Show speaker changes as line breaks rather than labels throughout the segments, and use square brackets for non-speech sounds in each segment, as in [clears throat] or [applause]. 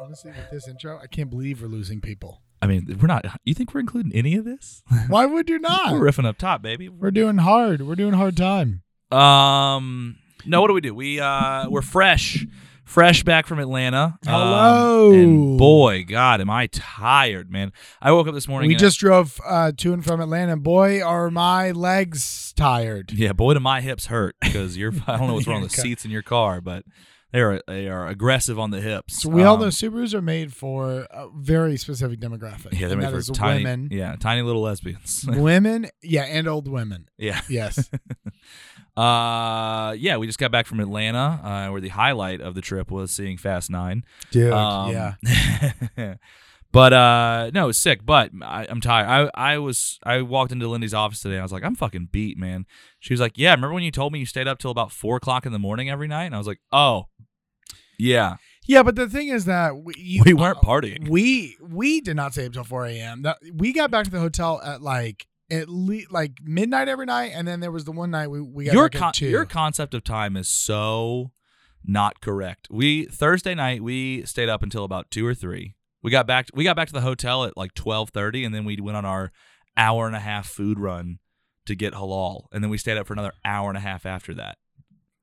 Honestly, with this intro, I can't believe we're losing people.
I mean, we're not. You think we're including any of this?
Why would you
[laughs]
not?
we're riffing up top, baby.
We're doing hard. We're doing hard time.
Um, no, what do we do? We uh, we're fresh, fresh back from Atlanta. Um,
Hello.
and boy, God, am I tired, man. I woke up this morning.
We
and-
just drove uh, to and from Atlanta. and Boy, are my legs tired.
yeah, boy, do my hips hurt because you're. I don't know what's wrong
[laughs]
with the
Your car.
seats in your car, but they are they are aggressive on the hips.
So we all
Um,
know Subarus are made for a very specific demographic.
Yeah, they're
and
made
that
for
is
tiny,
women.
[laughs] yeah, tiny little lesbians. [laughs]
women, yeah, and old women.
yeah. [laughs]
Yes.
Uh, yeah, we just got back from Atlanta, uh, where the highlight of the trip was seeing Fast Nine.
Dude,
Um,
yeah.
[laughs] but uh, no, it's sick. But I, I'm tired. I I was I walked into Lindy's office today. and I was like, I'm fucking beat, man. She was like, Yeah, remember when you told me you stayed up till about four o'clock in the morning every night? And I was like, Oh, yeah,
Yeah, but the thing is that we, you-
we weren't [laughs] partying.
we we did not stay up till 4 a.m. That we got back to the hotel at like at least like midnight every night, and then there was the one night we we got
Your
back
con-
at two.
your concept of time is so not correct. We Thursday night we stayed up until about two or three. We got back we got back to the hotel at like twelve thirty, and then we went on our hour and a half food run to get halal, and then we stayed up for another hour and a half after that.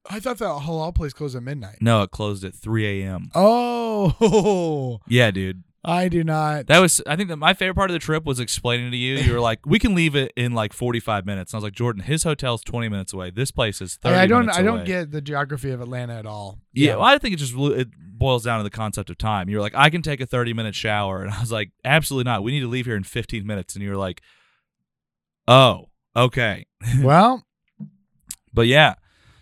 I thought that halal place closed at midnight.
No, it closed at 3 a.m.
Oh, [laughs]
Yeah, dude.
I do not.
That was, I think that my favorite part of the trip was explaining to you. You were like, we can leave it in like 45 minutes. And I was like, Jordan, his hotel's 20 minutes away. This place is 30
I, I don't.
minutes
I don't
away."
get the geography of Atlanta at all.
Yeah, well, I think it just really- it boils down to the concept of time. You were like, I can take a 30 minute shower. And I was like, absolutely not. We need to leave here in 15 minutes. And you were like, oh, okay.
[laughs] well,
But yeah,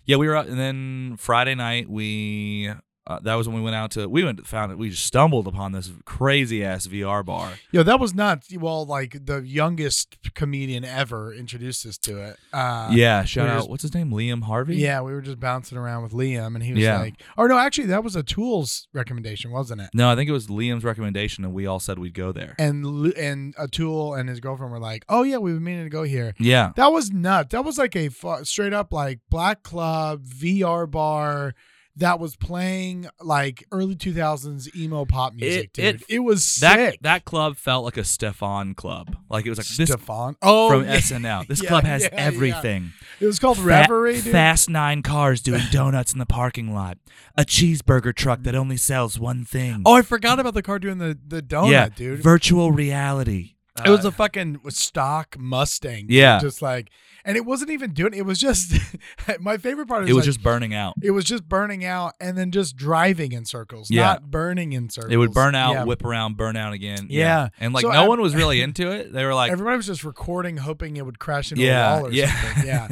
yeah, we were out, and then Friday night we uh, that was when we went out to we went found it. We just stumbled upon this crazy ass VR bar.
yo, that was nuts. Well, like the youngest comedian ever introduced us to it. Uh,
yeah, shout
we were
out
just-
what's his name, Liam Harvey.
Yeah, we were just bouncing around with Liam, and he was
Yeah.
like, "Or no, actually, that was a Tools recommendation, wasn't it?"
No, I think it was Liam's recommendation, and we all said we'd go there.
And Lu- and Atul and his girlfriend were like, "Oh yeah, we've been meaning to go here."
yeah,
That was nuts. That was like a fu- straight up like black club VR bar that was playing like early 2000s emo pop music,
It-
dude.
it-
It, was
that
sick.
that club felt like a Stefan club. Like it was like this
Stefan. Oh,
from
yeah.
SNL. This
[laughs] Yeah,
club has
yeah, yeah.
everything.
it was called
Fa-
Reverie, dude.
Fast nine cars
[laughs]
doing donuts in the parking lot. A cheeseburger truck that only sells one thing.
oh, I forgot about the car doing the the donut,
yeah,
dude.
Virtual reality.
it was
Uh,
a fucking stock Mustang. dude.
Yeah.
just like, and it wasn't even doing. It was just [laughs] my favorite part. Is
it was
like,
just burning out.
It was just burning out and then just driving in circles,
Yeah.
not burning in circles.
It would burn out,
Yeah.
whip around, burn out again.
Yeah.
And like
So
no
ev-
one was
[laughs]
really into it. They were like,
Everybody was just recording, hoping it would crash into
Yeah,
a wall or
yeah.
something.
[laughs]
Yeah.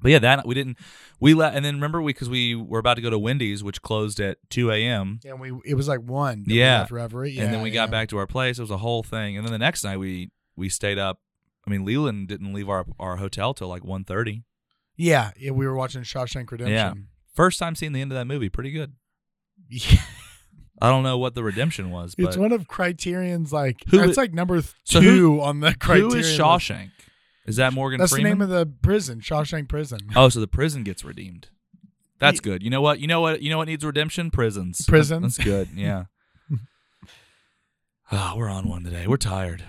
but yeah, that we didn't. We let and then remember we because we were about to go to Wendy's, which closed at two a.m.
And we it was like one. that we
Yeah.
left Reverie. Yeah.
and then we got
yeah.
back to our place. It was a whole thing. And then the next night we we stayed up. I mean, Leland didn't leave our our hotel till like 1.30.
Yeah. yeah, we were watching Shawshank
[laughs]
Redemption.
First time seeing the end of that movie, pretty good.
Yeah.
I don't know what the redemption was, but
[laughs] it's one of Criterion's like
Who
it's
is-
like number th-
So
two
who-
on the Criterion.
who is
list.
Shawshank? Is that Morgan
That's
Freeman?
the name of the prison, Shawshank Prison.
Oh, so the prison gets redeemed. That's good. You know what? You know what? You know what needs redemption? Prisons.
Prisons.
That's
[laughs]
good. Yeah. Ah, we're on one today. We're tired.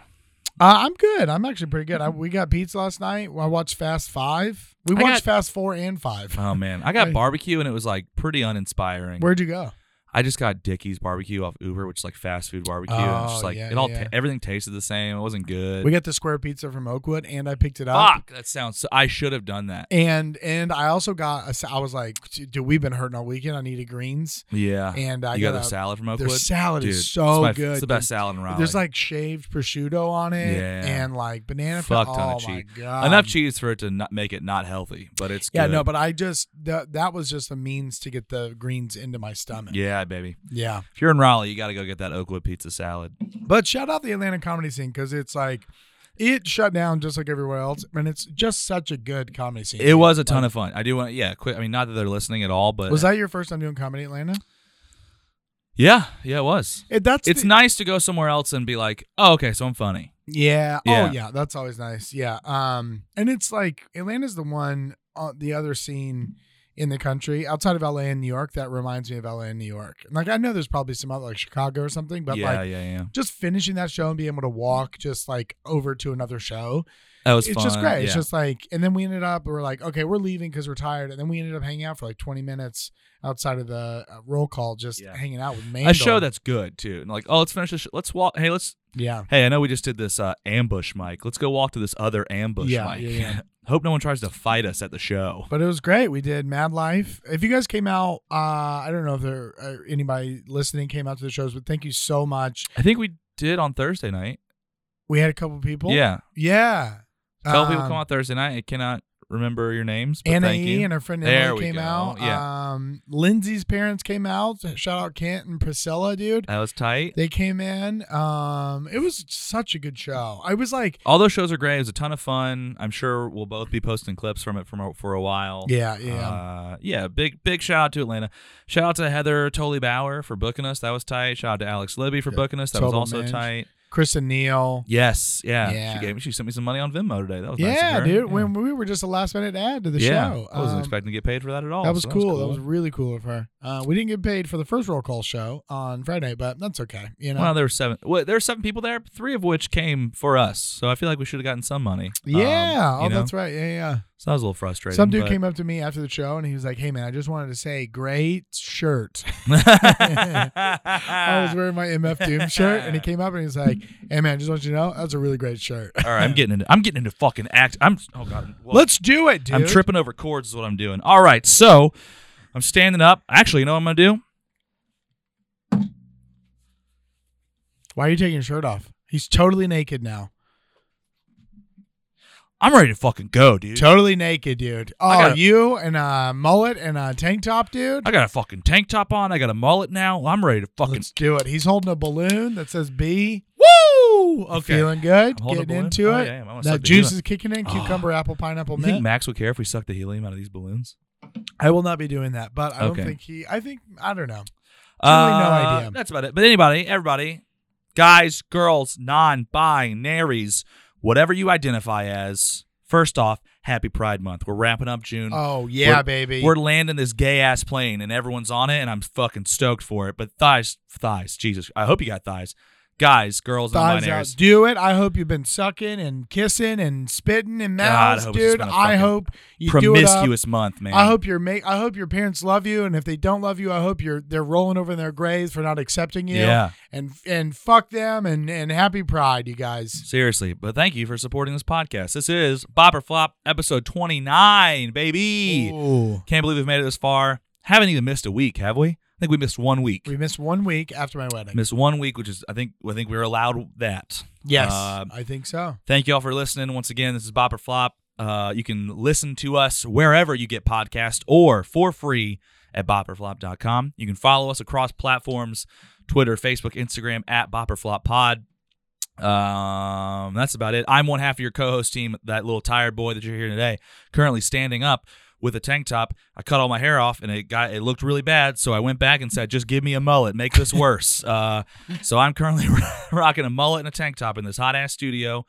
Uh, I'm good. I'm actually pretty good. I, we got pizza last night. I watched Fast Five. We
I
watched
got-
Fast Four and Five.
Oh man, I got
Right.
barbecue and it was like pretty uninspiring.
Where'd you go?
I just got Dickie's barbecue off Uber, which is like fast food barbecue. and it's just
Oh,
like
yeah,
it all
yeah.
ta- everything tasted the same. It wasn't good.
We got the square pizza from Oakwood, and I picked it up.
Fuck, that sounds. So, I should have done that.
And and I also got. A, sa- I was like, dude, we've been hurting all weekend. I needed greens,
Yeah.
and
Ah,
I
you
got,
got, the
a-
salad from
Their
Oakwood.
salad
Dude,
is so
it's my-
good.
It's the best salad in Raleigh.
There's like shaved prosciutto on it,
Yeah.
and like banana. pe-
Fuck ton
oh
of
my
cheese.
god,
enough cheese for it to not make it not healthy, but it's
Yeah,
good.
no, but I just that that was just a means to get the greens into my stomach.
yeah, baby.
yeah.
If you're in Raleigh, you got to go get that Oakwood pizza salad.
But shout out the Atlanta comedy scene because it's like it shut down just like everywhere else, and it's just such a good comedy scene.
It was a ton of fun. I do want, yeah, quick. I mean, not that they're listening at all, but
Was that your first time doing comedy in Atlanta?
yeah, yeah, it was.
It, that's
It's
the-
nice to go somewhere else and be like, oh, okay, so I'm funny.
yeah.
Yeah.
Oh yeah, that's always nice. Yeah. Um, and it's like Atlanta's the one on the other uh, scene in the country outside of LA and New York that reminds me of LA and New York. And, Like I know there's probably some other like Chicago or something, but
yeah,
like
yeah, yeah.
just finishing that show and being able to walk just like over to another show.
That was
it's
fun.
just great.
Yeah.
It's just like, and then we ended up, we're like, okay, we're leaving because we're tired. And then we ended up hanging out for like 20 minutes outside of the uh, roll call, just
Yeah.
hanging out with Mandel.
a show that's good too. And like, oh, let's finish this. Sh- let's walk. Hey, let's.
Yeah.
Hey, I know we just did this uh, ambush mic. Let's go walk to this other ambush
Yeah,
mic.
yeah, yeah.
[laughs] Hope no one tries to fight us at the show.
But it was great. We did Mad Life. If you guys came out, uh, I don't know if there uh, anybody listening came out to the shows, but thank you so much.
I think we did on Thursday night.
We had a couple people.
Yeah,
Yeah.
a couple people
Um,
come out Thursday night. I cannot remember your names, but
Anna
thank
E
you.
and her friend
There
Emily
we
came
go.
out.
Yeah.
Um, Lindsay's parents came out. Shout out Kent and Priscilla, dude.
that was tight.
They came in. Um, it was such a good show. I was like,
All those shows are great. It was a ton of fun. I'm sure we'll both be posting clips from it from a, for a while.
yeah, yeah.
Uh, yeah, big big shout out to Atlanta. Shout out to Heather Tolley Bauer for booking us. That was tight. Shout out to Alex Libby for
Yeah.
booking us. That
Total
was also
man.
tight.
Chris and Neil.
Yes, yeah.
Yeah.
She gave me. She sent me some money on Venmo today. That was nice of
yeah,
her.
dude. When we were just a last minute add to the
yeah.
show.
I wasn't
Um,
expecting to get paid for that at all.
That was,
Oh, so
cool. That was really cool of her. Uh, we didn't get paid for the first roll call show on Friday, but that's okay. You know.
Well, there were seven. Well, there were seven people there, three of which came for us. So I feel like we should have gotten some money.
yeah.
Um,
oh,
you know?
that's right. Yeah, yeah.
so that was a little frustrating.
Some dude
but- [laughs]
came [laughs] up to me after the show and he was like, "Hey, man, I just wanted to say, great shirt." [laughs] I
Ah.
was wearing my MF Doom shirt,
[laughs]
and he came up and he was like, "Hey, man, I just want you to know, that's a really great shirt." [laughs]
All right, I'm getting into. I'm getting into fucking act. I'm. Oh god. Well,
Let's do it, dude.
I'm tripping over cords. Is what I'm doing. All right, so I'm standing up. Actually, you know what I'm gonna do?
Why are you taking your shirt off? He's totally naked now.
I'm ready to fucking go, dude.
Totally naked, dude. Oh,
gotta-
you and a mullet and a tank top, dude.
I got a fucking tank top on. I got a mullet now. I'm ready to fucking
Let's do it. He's holding a balloon that says B.
woo. Okay.
Feeling good,
I'm holding a
getting
balloon?
into
Oh,
it.
yeah, I am. I wanna suck
that
the
juice
helium.
is kicking in.
Oh. [sighs]
Cucumber, apple, pineapple,
You think
mint.
Max would care if we suck the helium out of these balloons?
I will not be doing that, but I
Okay.
don't think he. I think I don't know. Totally no idea.
Uh, That's about it. But anybody, everybody, guys, girls, non-binaries, whatever you identify as. First off, happy Pride Month. We're wrapping up June.
Oh yeah,
We're-
baby.
We're landing this gay ass plane, and everyone's on it, and I'm fucking stoked for it. But thighs, thighs, Jesus, I hope you got thighs, guys, girls,
Thighs out.
non-binaries.
Do it. I hope you've been sucking and kissing and spitting and
God, I
mouths,
hope it's just
dude.
been a
I
fucking
hope you do it. up.
Promiscuous month, man.
I hope your mate. I hope your parents love you, and if they don't love you, I hope you're they're rolling over in their graves for not accepting you.
Yeah.
and and fuck them, and and happy Pride, you guys.
Seriously, but thank you for supporting this podcast. This is Bop or Flop episode 29, baby.
Ooh.
Can't believe we've made it this far. Haven't even missed a week, have we? I think we missed one week.
We missed one week after my wedding.
missed one week, which is I think I think we were allowed that.
Yes,
Uh,
I think so.
Thank you all for listening. Once again, this is Bop or Flop. Uh, you can listen to us wherever you get podcasts or for free at bopperflop.com. You can follow us across platforms Twitter, Facebook, Instagram at bopperfloppod. Um, that's about it. I'm one half of your co host team, that little tired boy that you're hearing today, currently standing up with a tank top. I cut all my hair off and it got it looked really bad, so I went back and said, "Just give me a mullet, make this worse." [laughs] uh, so I'm currently [laughs] rocking a mullet and a tank top in this hot ass studio.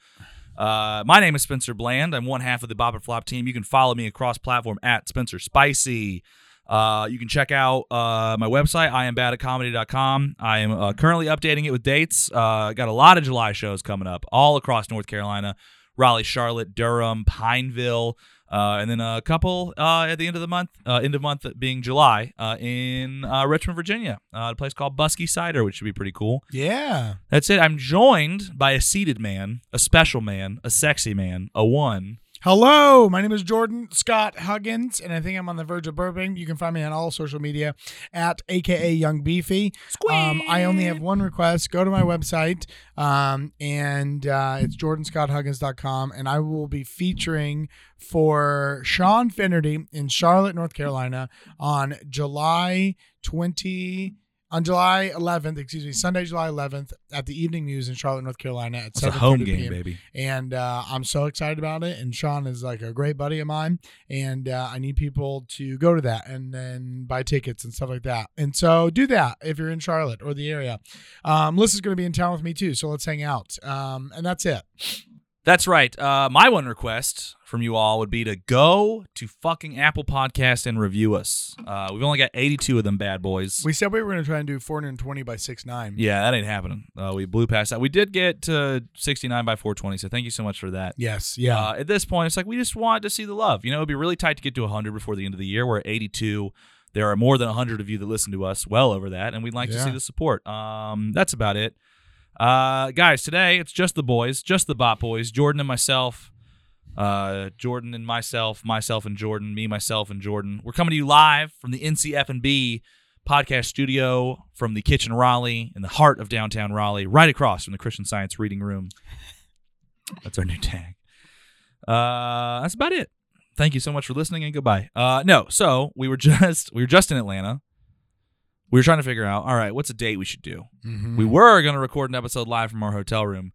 Uh, my name is Spencer Bland. I'm one half of the Bob and Flop team. You can follow me across platform at Spencer Spicy. Uh, you can check out uh, my website, iambadacomedy.com. I am uh, currently updating it with dates. Uh, got a lot of July shows coming up all across North Carolina Raleigh, Charlotte, Durham, Pineville, uh, and then a couple uh, at the end of the month, uh, end of month being July, uh, in uh, Richmond, Virginia, uh, at a place called Busky Cider, which should be pretty cool.
Yeah,
That's it. I'm joined by a seated man, a special man, a sexy man, a one.
Hello, my name is Jordan Scott Huggins, and I think I'm on the verge of burping. You can find me on all social media at AKA Young Beefy. Um, I only have one request. Go to my website, um, and uh, it's jordanscotthuggins.com, and I will be featuring for Sean Finnerty in Charlotte, North Carolina on July 20. On July 11th, excuse me, Sunday, July 11th, at the Evening Muse in Charlotte, North Carolina, at
It's a home
7:30 p.m
game, baby.
and uh, I'm so excited about it. And Sean is like a great buddy of mine, and uh, I need people to go to that and then buy tickets and stuff like that. And so do that if you're in Charlotte or the area. Um, Liz is going to be in town with me too, so let's hang out. Um, and that's it.
That's right. Uh, my one request from you all would be to go to fucking Apple Podcast and review us. Uh, we've only got 82 of them bad boys.
We said we were going to try and do 420 by 6'9.
yeah, that ain't happening. Uh, we blew past that. We did get to 69 by 420, so thank you so much for that.
Yes. Yeah.
Uh, at this point, it's like we just want to see the love. You know, it'd be really tight to get to 100 before the end of the year. We're at 82. There are more than 100 of you that listen to us, well over that, and we'd like to
Yeah.
see the support. Um, that's about it. Uh, guys, today it's just the boys, just the Bot Boys, Jordan and myself, uh, Jordan and myself, myself and Jordan, me, myself, and Jordan. We're coming to you live from the NCF&B podcast studio from the Kitchen Raleigh in the heart of downtown Raleigh, right across from the Christian Science Reading Room. That's our new tag. Uh, that's about it. Thank you so much for listening and goodbye. Uh, no, so we were [laughs] just we were just in Atlanta. We were trying to figure out, all right, what's a date we should do?
Mhm.
We were going to record an episode live from our hotel room.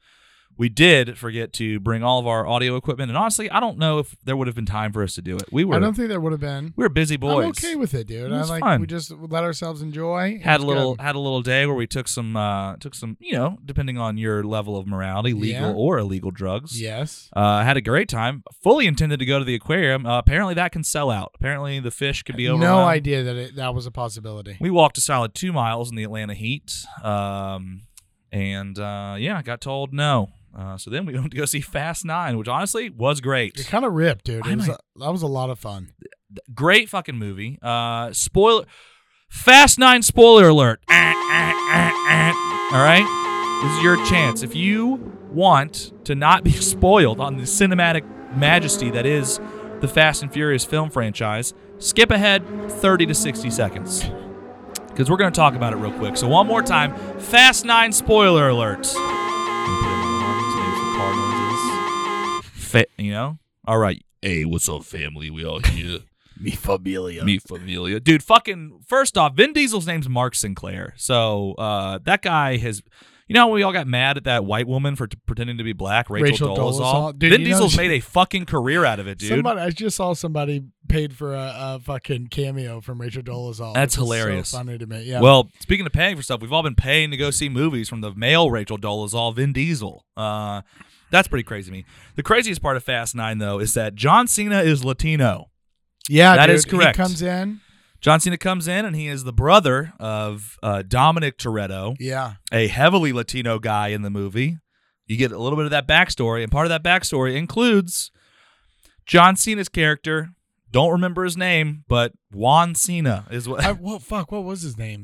We did forget to bring all of our audio equipment, and honestly, I don't know if there would have been time for us to do it. We
I
were
don't think there would have been.
we were busy boys.
I'm okay with it, dude.
It was
I like
fun.
we just let ourselves enjoy.
had a
It's
little
good.
had a little day where we took some uh took some you know depending on your level of morality, legal
Yeah.
or illegal drugs.
Yes.
Uh, had a great time. Fully intended to go to the aquarium. Uh, apparently that can sell out. Apparently the fish could be over.
No idea that it, that was a possibility.
We walked a solid two miles in the Atlanta heat. Um, and uh, yeah, got told no. Uh, so then we [laughs] went to go see Fast Nine, which honestly was
It
great.
kind of ripped, dude.
I
It was
might-
a, that was a lot of fun.
Great fucking movie. Uh, spoiler. Fast Nine spoiler alert. All right, this is your chance. If you want to not be [laughs] spoiled on the cinematic majesty that is the Fast and Furious film franchise, skip ahead 30 to 60 seconds because we're going to talk about it real quick. So one more time, Fast Nine spoiler alert. Fa- you know, all right. Hey, what's up, family? We all here.
Mi familia.
Me familia. Dude, fucking first off, Vin Diesel's name's Mark Sinclair. So uh that guy has you know how we all got mad at that white woman for t- pretending to be black, Rachel,
Rachel
Dolezal.
Dolezal. Dude,
Vin
you know
Diesel's
she-
made a fucking career out of it, dude.
Somebody, I just saw somebody paid for a, a fucking cameo from Rachel Dolezal.
That's
which is so
hilarious.
funny to me. Yeah.
Well, speaking of paying for stuff, we've all been paying to go see movies from the male Rachel Dolezal, Vin Diesel. Uh, that's pretty crazy to me. The craziest part of Fast Nine, though, is that John Cena is Latino.
yeah,
that
dude.
is correct.
He comes in.
John Cena comes in and he is the brother of uh, Dominic Toretto, [laughs]
Yeah.
a heavily Latino guy in the movie. You get a little bit of that backstory, and part of that backstory includes John Cena's character. Don't remember his name, but Juan Cena is what.
I, what fuck? What was his name?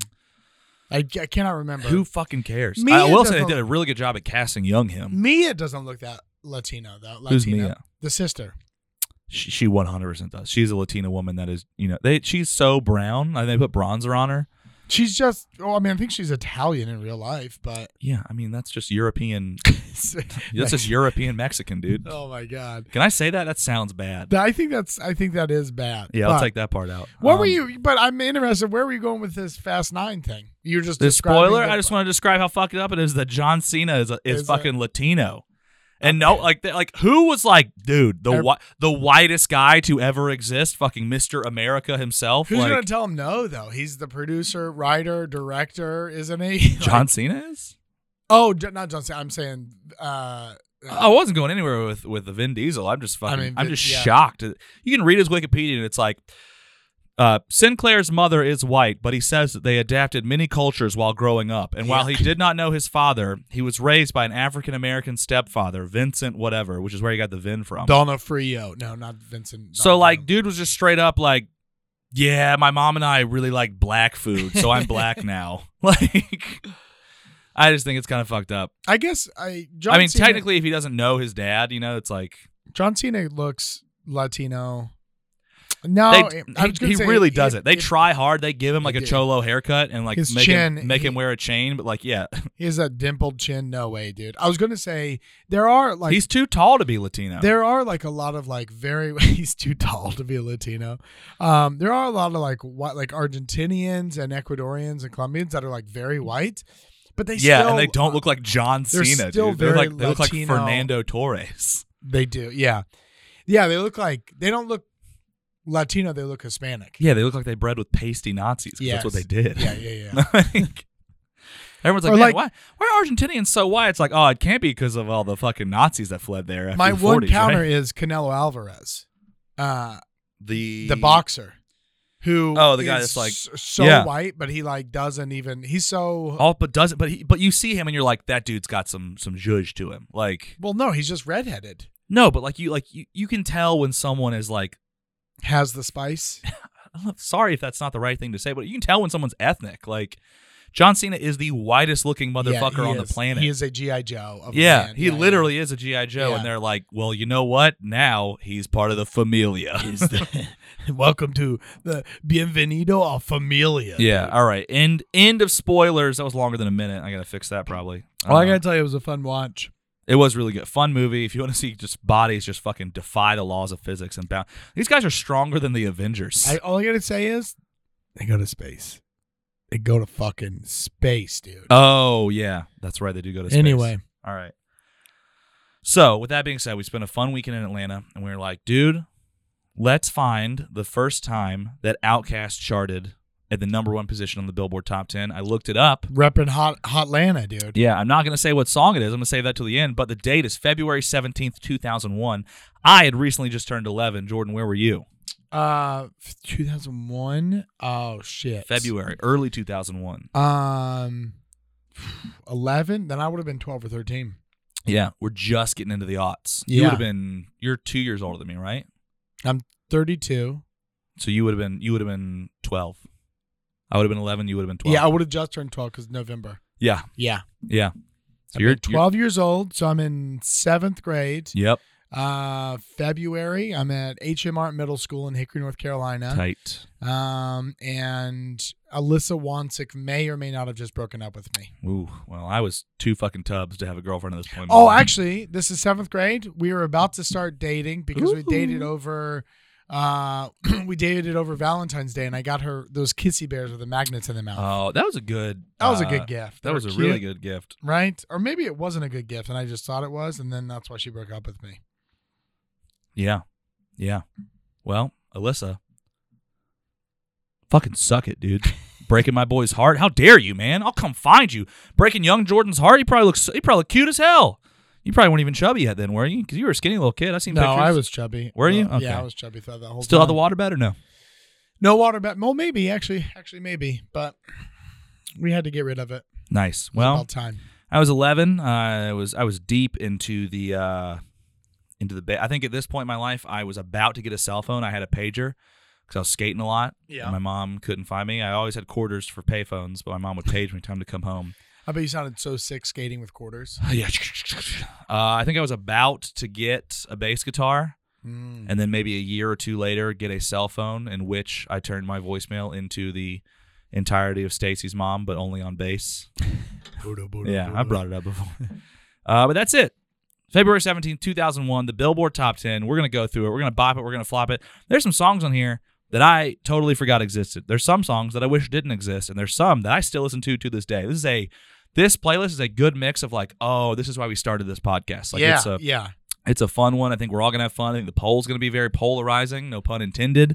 I, ca- I cannot remember.
[laughs] who fucking cares?
Mia
I will say they
doesn't-
did a really good job at casting young him.
Mia doesn't look that Latino. That Latina.
Who's Mia?
The sister.
She, she 100% does. She's a Latina woman that is, you know, they she's so brown. I, they put bronzer on her.
She's just. Oh, I mean, I think she's Italian in real life, but
Yeah, I mean, that's just
[laughs]
European. [laughs] That's just European Mexican, dude.
Oh my god.
Can I say that? That sounds bad.
That- I think that's. I think that is bad.
Yeah, I'll
But-
take that part out.
What were
Um,
you? But I'm interested. Where were you going with this Fast Nine thing? You're just
The
describing
spoiler.
the-
I just want to describe how fucked up it is that John Cena is is,
Is a-
fucking Latino, and no, like they- like who was like, dude, the
Ev-
whi- the whitest guy to ever exist, fucking Mister America himself,
Who's
like
gonna tell him no? Though he's the producer, writer, director, isn't he? [laughs] Like-
John Cena is.
oh, J- not John. Cena, I'm saying. Uh,
I wasn't going anywhere with with the Vin Diesel. I'm just fucking. I
I mean,
am
Vin-
just
yeah.
shocked. You can read his Wikipedia, and it's like. Uh, Sinclair's mother is white, but he says that they adapted many cultures while growing up. And while he did not know his father, he was raised by an African American stepfather, Vincent whatever, which is where he got the Vin from.
Donofrio. No, not Vincent.
um, So
Donofrio.
like, dude was just straight up like, yeah, my mom and I really like black food, so I'm
[laughs]
black now. [laughs] Like, I just think it's kind of fucked up.
I guess I. John
I mean,
Cena-
technically, if he doesn't know his dad, you know, it's like
John Cena looks Latino. No,
they,
I- Oh, I
he,
was gonna
he
say
really
if-
does it. They
if
try hard. They give him
They
like a
do.
cholo haircut and like
His
make him
chin,
make him
he-
wear a chain, but like, yeah,
He has a dimpled chin. No way, dude. I was gonna say there are [laughs] like
he's too tall to be Latino.
There are like a lot of like very [laughs] he's too tall to be a Latino. Um, there are a lot of like what like Argentinians and Ecuadorians and Colombians that are like very white, but they
yeah,
still, uh,
and they don't look like John
they're
Cena.
still
dude. They're
very
like they look like
Latino.
Fernando Torres. [laughs]
They do, yeah, yeah. They look like they don't look Latino. They look Hispanic.
[laughs] Yeah, they look like they bred with pasty Nazis. 'cause That's what they
Yes.
did.
Yeah, yeah, yeah.
Like, Everyone's like,
Or
Man,
like-
why? Why are Argentinians so white? It's like, oh, it can't be because of all the fucking Nazis that fled there. After
My
the
one
40s,
counter
right?
is Canelo Alvarez, uh,
the
the boxer, who
Oh, the guy
is
that's like-
s- so
yeah.
white, but he like doesn't even. He's so
All Oh, but doesn't, but he, but you see him and you're like, that dude's got some some zhuzh to him. Like,
well, no, he's just redheaded.
no, but like you like you, you can tell when someone is like,
Has the spice.
I'm sorry if that's not the right thing to say, but you can tell when someone's ethnic. Like, John Cena is the whitest looking motherfucker
Yeah, he
on the
is.
planet.
He is a GI Joe. Of a
yeah,
man.
he
yeah. [laughs]
literally [laughs] is a GI Joe,
Yeah.
and they're like, well, you know what? Now he's part of the
[laughs]
familia.
Is the- welcome to the Bienvenido a Familia.
[laughs] yeah. All right. End end of spoilers. That was longer than a minute. I gotta fix that probably.
Well, I
Uh,
gotta tell you, it was a fun watch.
It was really good. Fun movie. If you want to see just bodies just fucking defy the laws of physics and bound. These guys are stronger than the Avengers.
I, all I gotta say is, they go to space. They go to fucking space, dude.
oh, yeah. That's right. They do go to space.
Anyway,
All right. So, with that being said, we spent a fun weekend in Atlanta and we were like, dude, let's find the first time that Outcast charted at the number one position on the Billboard Top 10. I looked it up.
repping hot, hot Lana, dude.
Yeah, I'm not going to say what song it is. I'm going to save that till the end, but the date is February 17th, 2001. I had recently just turned 11. Jordan, where were you?
Uh, 2001. Oh shit.
February, early 2001.
Um, 11. Then I would have been 12 or 13.
Yeah, we're just getting into the aughts. You
Yeah.
would have been you're 2 years older than me, right?
32.
So you would have been you would have been 12. I would have been 11, you would have been 12.
Yeah, I would have just turned 12 because November.
Yeah.
Yeah.
Yeah. So
I'm 12 years old, so I'm in seventh grade.
Yep.
Uh, February, I'm at HMR Middle School in Hickory, North Carolina.
Tight.
Um, and Alyssa Wansick may or may not have just broken up with me.
Ooh. Well, I was two fucking tubs to have a girlfriend at this point. in my
Oh,
life.
actually, this is seventh grade. We were about to start dating because we dated over. Uh, [clears throat] we dated over Valentine's Day, and I got her those kissy bears with the magnets in the mouth.
Oh, that was a good.
that was a
uh,
good gift.
That was a really good gift.
right? Or maybe it wasn't a good gift, and I just thought it was, and then that's why she broke up with me.
Yeah. Yeah. Well, Alyssa, fucking suck it,
[laughs]
dude. Breaking my boy's heart. How dare you, man? I'll come find you. Breaking young Jordan's heart. He probably looks. He probably looked cute as hell. You probably weren't even chubby yet then, were you? Because you were a skinny little kid. I seen
No,
pictures.
I was chubby.
Were you?
Well,
Okay.
Yeah, I was chubby throughout that whole.
still
time.
out the water bed or no?
No water bet. Well, maybe actually, actually maybe, but we had to get rid of it.
Nice.
It was
Well,
about time.
I was 11. I was I was deep into the uh, into the. Ba- I think at this point in my life, I was about to get a cell phone. I had a pager because I was skating a lot.
Yeah.
and my mom couldn't find me. I always had quarters for payphones, but my mom would page me time to come home.
I bet you sounded so sick skating with quarters.
yeah. Uh, I think I was about to get a bass guitar,
Mm.
and then maybe a year or two later, get a cell phone, in which I turned my voicemail into the entirety of Stacy's mom, but only on bass.
Boodoo, boodoo,
Yeah, I
boodoo.
brought it up before. [laughs] uh, but that's it. February seventeenth, two 2001, the Billboard Top 10. We're going to go through it. We're going to bop it. We're going to flop it. There's some songs on here that I totally forgot existed. There's some songs that I wish didn't exist, and there's some that I still listen to to this day. This is a. This playlist is a good mix of like, oh, this is why we started this podcast. Like
yeah,
it's a
yeah.
it's a fun one. I think we're all gonna have fun. I think the poll's gonna be very polarizing, no pun intended.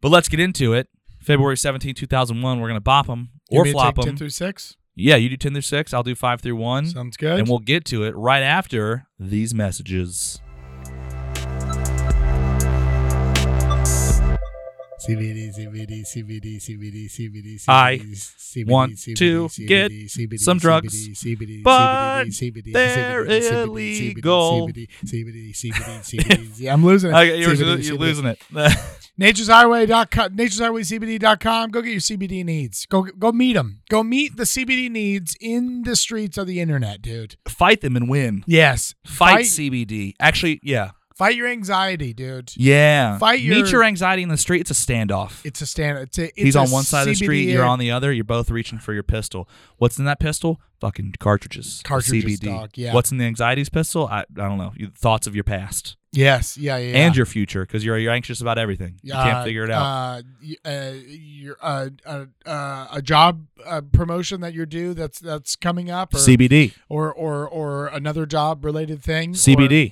But let's get into it. February seventeenth, two 2001, we're gonna bop them
You
or
want me to
flop
take Ten
them.
through six.
Yeah, you do 10 through 6, I'll do 5 through 1
Sounds good.
and we'll get to it right after these messages.
CBD, CBD, CBD, CBD, CBD,
I
CBD,
want
CBD,
to
CBD,
get
CBD,
some
CBD,
drugs,
CBD,
but
CBD,
they're
CBD, CBD,
illegal.
CBD, CBD, CBD, CBD. [laughs] Yeah, I'm losing it.
Okay, you're,
CBD,
you're
CBD.
losing it. [laughs]
natureshighway.com natureshighwaycbd.com go get your cbd needs go go meet them go meet the cbd needs in the streets of the internet dude
Fight them and win.
yes
Fight,
Fight-
CBD. Actually, yeah.
fight your anxiety dude
Yeah.
Fight
Meet
your-
your anxiety in the street. It's a standoff.
it's a stand it's a, it's
He's
a
on one side of the
CBD
street, you're on the other. You're both reaching for your pistol. What's in that pistol? Fucking cartridges. of
Cartridges,
CBD.
dog, yeah.
What's in the anxiety's pistol? I, I don't know. You- Thoughts of your past
yes yeah yeah
and your future because you're, you're anxious about everything. You
Uh,
can't figure it out.
Uh, y- uh, your, uh, uh, uh, a job uh, promotion that you're due that's uh, that's coming up, or
CBD.
or, or or another job related thing. or-
CBD.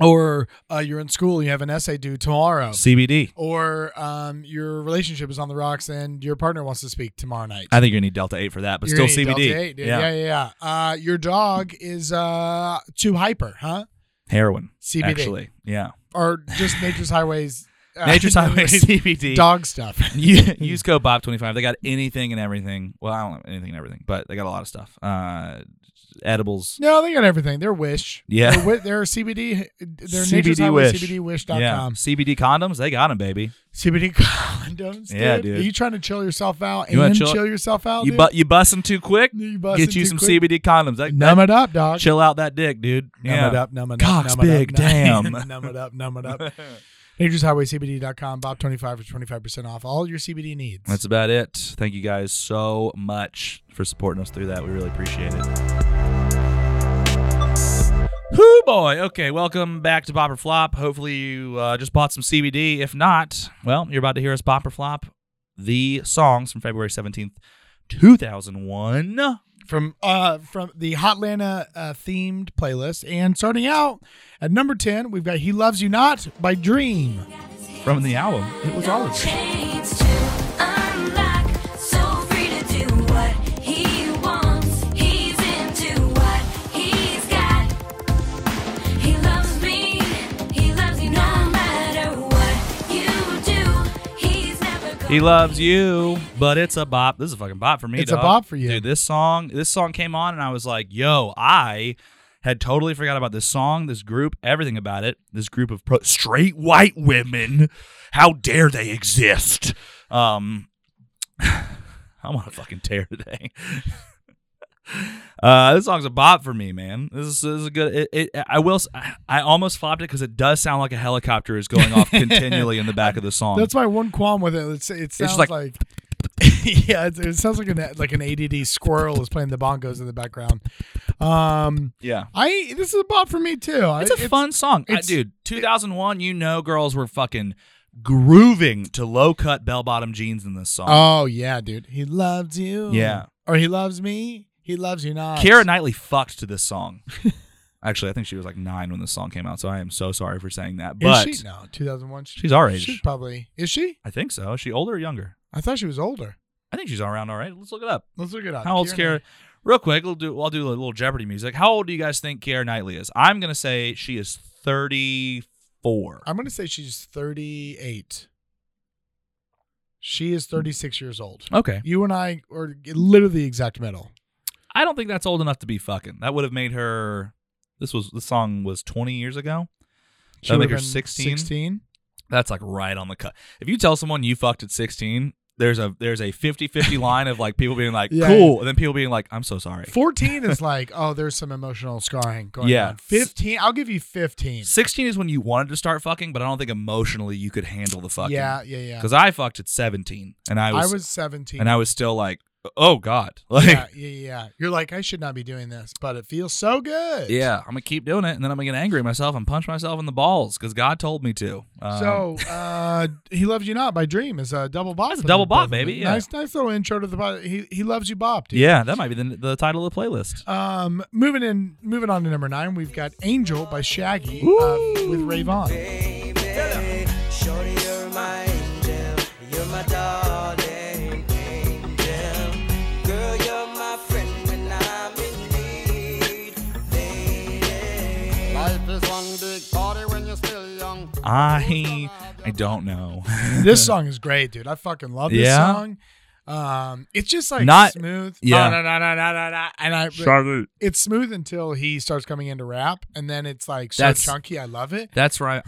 or uh, you're in school and you have an essay due tomorrow,
CBD.
or um, your relationship is on the rocks and your partner wants to speak tomorrow night.
I think you're gonna need Delta 8 for that, but
You're
still
gonna
CBD.
need Delta 8, dude. Yeah, yeah, yeah. Uh, your dog is uh, too hyper, huh?
Heroin.
CBD.
Actually. Yeah.
Or just Nature's Highways.
[laughs]
uh, [laughs]
Nature's Highway CBD.
Dog stuff.
[laughs] You- Use code BOB25. They got anything and everything. Well, I don't know anything and everything, but they got a lot of stuff. Uh, edibles.
No, they got everything. They're Wish.
[laughs] Yeah.
They're, wi- they're CBD. They're
CBD
Nature's Highway,
Wish.
CBDwish.com.
Yeah. CBD condoms. They got them, baby.
CBD [laughs] condoms. Dude.
Yeah, dude.
Are you trying to chill yourself out
You wanna
and
chill-
chill, yourself out?
You
dude?
bu- you bust them too quick.
You busting
Get you
too
some
quick?
CBD condoms. That,
Numb
that-
it up, dog.
chill out that dick, dude. Yeah.
Numb it up, numb it up.
Cock's
numb it up,
big,
[laughs] numb-
damn.
numb it up, numb
[laughs]
it up. Nature'sHighwayCBD.com, Bob25 for 25% off all your CBD needs.
That's about it. Thank you guys so much for supporting us through that. We really appreciate it. Whoo boy. Okay, welcome back to Bop or Flop. Hopefully you uh, just bought some CBD. If not, well, you're about to hear us Bop or Flop the songs from February 17th, 2001.
from uh from the Hotlanta uh, themed playlist. And starting out at number 10, we've got He Loves You Not by Dream.
From the album, it was
No
always.
chains to unlock, so free to do what he wants. He's into what he's got. He loves me, he loves you no matter what you do. He's never gonna
He loves you, but it's a bop. This is a fucking bop for me.
It's a
dog.
bop for you.
dude. This song, this song came on, and I was like, "Yo, I had totally forgot about this song, this group, everything about it. This group of pro- straight white women. How dare they exist?" Um, [sighs] I'm on a fucking tear [laughs] today. Uh, this song's a bop for me, man. This is, this is a good. It, it, I will. s- I- I almost flopped it because it does sound like a helicopter is going
[laughs]
off continually in the back of the song.
That's my one qualm with it. It's, it sounds
just like-
like, [laughs] yeah, it, it sounds like an like an ADD squirrel is playing the bongos in the background. Um,
yeah.
I this is a bop for me too. I-
It's a fun song, I,
it's-
dude. 2001, you know, girls were fucking grooving to low cut bell bottom jeans in this song.
Oh yeah, dude. He loves you.
Yeah.
Or he loves me. He loves you not.
Kira Knightley fucked to this song. [laughs] Actually, I think she was like nine when this song came out, so I am so sorry for saying that. But
is she? No, 2001. She-
she's our age.
She's probably. Is she?
I think so. Is she older or younger?
I thought she was older.
I think she's around all right. Let's look it up.
Let's look it up.
How old's Kira?
Knight-
Real quick, we'll do. I'll do a little Jeopardy music. How old do you guys think Kira Knightley is? I'm gonna say she is 34.
I'm going to say she's 38. She is 36 years old.
Okay.
You and I are literally the exact middle.
I don't think that's old enough to be fucking. That would have made her. This was the song was 20 years ago.
She
That'd
would
make her
have been
16?
16.
That's like right on the cut. If you tell someone you fucked at 16, there's a there's a
[laughs]
50-50 line of like people being like
Yeah.
cool, and then people being like I'm so sorry. [laughs]
14 is like, oh, there's some emotional scarring going
Yeah.
on. 15. I'll give you 15.
16 is when you wanted to start fucking, but I don't think emotionally you could handle the fucking.
Yeah, yeah, yeah.
Because I fucked at 17, and I
I
was,
was, 17.
and I was still like, oh god, [laughs] like
yeah,
yeah,
yeah, yeah. You're like, I should not be doing this, but it feels so good.
I'm gonna keep doing it, and then I'm gonna get angry at myself and punch myself in the balls because God told me to. Um,
So, uh, he loves you not by Dream is a double bop.
That's a
for
double
them both
bop,
of them.
baby, yeah.
Nice, nice little intro to the bop. He he loves you, Bob. Dude.
yeah, that might be the, the title of the playlist.
Um, moving in, moving on to number nine, we've got Angel by Shaggy
Ooh.
uh, with Ray
[laughs]
Vaughn.
baby. Shorty, you're my angel. You're my darling angel. Girl, you're my friend when I'm in need. Lady.
Life is one big party when you're still young.
I [laughs] I don't know.
This song is great, dude. I fucking love this
Yeah?
song. Um, it's just like
Not-
smooth.
yeah.
No, no, no, no, no, no, no. And I, it's smooth until he starts coming into rap, and then it's like so
That's-
chunky. I love it.
That's right.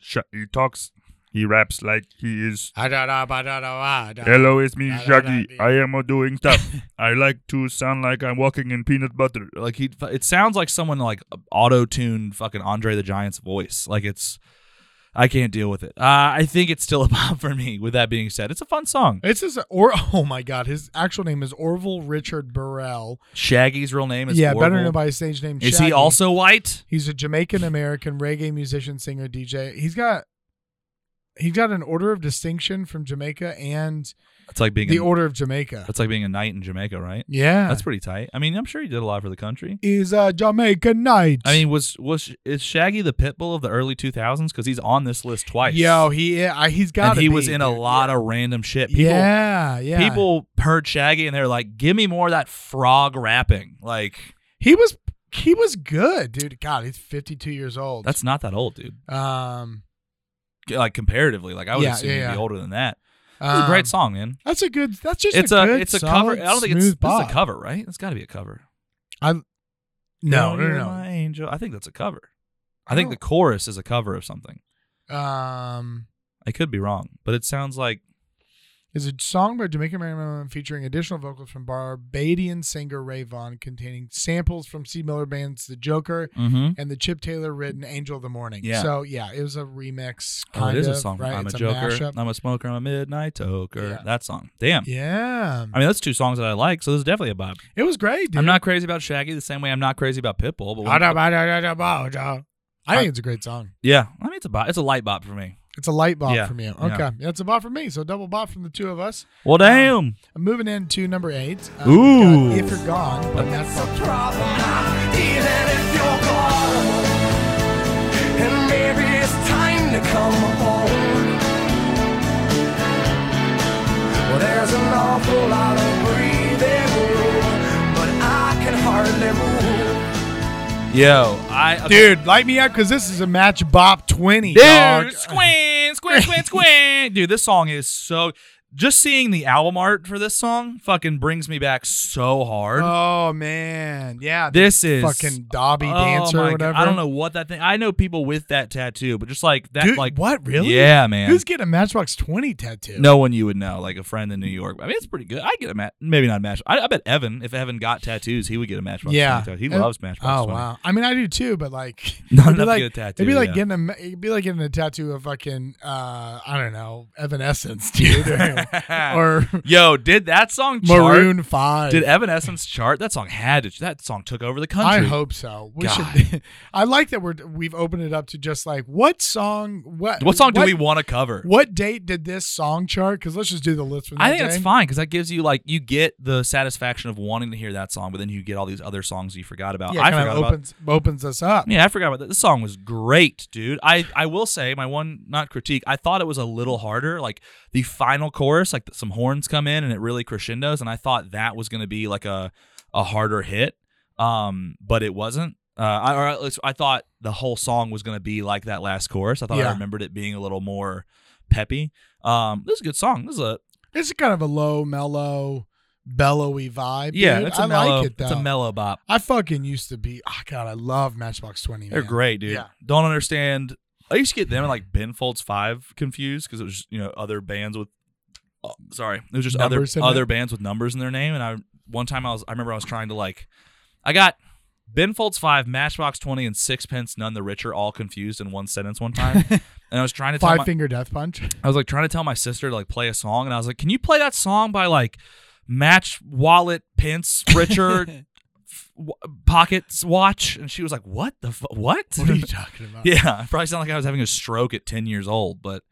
Sh- he talks, he raps like he is.
Hello.
Hello, it's me, Shaggy. I am a doing stuff. I like to sound like I'm walking in peanut butter.
like he, it sounds like someone like auto-tuned fucking Andre the Giant's voice. Like it's, I can't deal with it. Uh, I think it's still [laughs] a pop for me. With that being said, it's a fun song.
It's just or [laughs] oh my god, his actual name is Orville Richard Burrell.
Shaggy's real name is
yeah, better
Orville.
known by his stage name.
Is he
Shaggy.
also white?
He's a Jamaican American reggae musician, singer, DJ. He's got he got an order of distinction from Jamaica and
That's like being
the
a,
Order of Jamaica.
that's like being a knight in Jamaica, right?
Yeah,
That's pretty tight. I mean, I'm sure he did a lot for the country.
is a Jamaica night.
I mean, was was is Shaggy the pit bull of the early 2000s? Because he's on this list twice.
yo, he I, he's got.
and he was in a lot of random shit. People,
yeah, yeah.
people heard Shaggy and they're like, "Give me more of that frog rapping." Like
he was he was good, dude. God, he's fifty two years old.
that's not that old, dude.
um,
Like comparatively, like I would
Yeah,
assume
yeah,
he'd
yeah.
be older than that. It's a great
um,
song, man.
That's a good. That's just
It's
a,
a,
good,
it's a cover.
solid,
I don't think it's
smooth
this is a
bop.
cover, right? It's got to be a cover. Girl,
No, no,
you're
no,
My angel. I think that's a cover.
I
I, think the
don't-
chorus is a cover of something.
no. Um,
I could be wrong, but it sounds like
is a song by Jamaican Merriman featuring additional vocals from Barbadian singer Ray Vaughan, containing samples from C. Miller Band's "The Joker"
mm-hmm.
and the Chip Taylor written "Angel of the Morning."
Yeah.
So yeah, it was a remix.
oh,
Kind
it is
of,
a song. from
Right?
I'm
It's
a joker.
mashup.
I'm a smoker. I'm a midnight toker.
Yeah.
That song. Damn.
yeah,
I mean, that's two songs that I like, so this is definitely a bop.
it was great. Dude. Ah,
I'm not crazy about Shaggy the same way I'm not crazy about Pitbull, but when-
I think it's a great song.
yeah, I mean it's a bop. It's a light bop for me.
It's a light bop
Yeah,
from you.
yeah.
Okay. Yeah. it's a bop from me. So double bop from the two of us.
Well, damn.
I'm moving into number eight. uh,
Ooh.
we've got If You're Gone. But that's
There's an awful lot of breathing room, but I can hardly move.
Yo, I
Dude, light me up because this is a match bop 20. dog.
Dude, [laughs] squint, squint, squint, squint. [laughs] Dude, this song is so. Just seeing the album art for this song fucking brings me back so hard.
Oh, man. Yeah. the
this is
Fucking Dobby
oh
dancer
my
or
God.
whatever.
I don't know what that thing. I know people with that tattoo, but just like that,
Dude,
like
what? Really?
Yeah, man.
Who's getting a Matchbox 20 tattoo?
no one you would know, like a friend in New York. I mean, it's pretty good. I get a match, maybe not a match. I, I bet Evan, if Evan got tattoos, he would get a Matchbox.
Yeah.
20 tattoo. he
Uh,
loves Matchbox.
Oh
20.
wow! I mean, I do too,
[laughs]
but like,
Not
it'd be
enough to
like-
get a tattoo,
It'd be like
yeah.
getting a, ma- it'd be like getting a tattoo of fucking, uh, I don't know, Evanescence, [laughs] dude, or,
[laughs]
or
Yo, did that song chart?
Maroon Five.
Did Evanescence chart? That song had to. That song took over the country.
I hope so. We should. [laughs] I like that we're we've opened it up to just like what song? What
What song do we want to cover?
What date did this song chart? Because let's just do the list from.
I
that
think that's
day.
fine because that gives you like you get the satisfaction of wanting to hear that song, but then you get all these other songs you forgot about.
Yeah,
I
kind
forgot
of
about.
opens opens us up.
Yeah, I forgot about that. This song was great, dude. I, I will say my one not critique. I thought it was a little harder. Like the final chorus, like some horns come in and it really crescendos, and I thought that was gonna be like a a harder hit, um, but it wasn't. Uh, I or at least I thought the whole song was gonna be like that last chorus. I thought I
Yeah.
remembered it being a little more peppy. Um, this is a good song. This is a
It's kind of a low, mellow, bellowy vibe.
yeah,
dude.
it's a
I
mellow,
like it though.
it's a mellow bop.
I fucking used to be. Oh God, I love Matchbox Twenty.
They're
man.
great, dude.
Yeah.
Don't understand. I used to get them and like Ben Folds Five confused because it was just, you know other bands with. oh, sorry, it was just
Numbers in
other other
it?
bands with numbers in their name. And I one time I was I remember I was trying to like, I got Ben Folds Five, Matchbox Twenty, and Sixpence None the Richer all confused in one sentence one
[laughs]
time. and I was trying to tell
Five
my,
Finger Death Punch. [laughs]
I was like trying to tell my sister to like play a song, and I was like, "Can you play that song by like Match Wallet Pence Richer
[laughs]
f- w- Pockets Watch?" And she was like, "What the fu- what?
What
[laughs]
are you talking about?
yeah, I probably sound like I was having a stroke at ten years old, but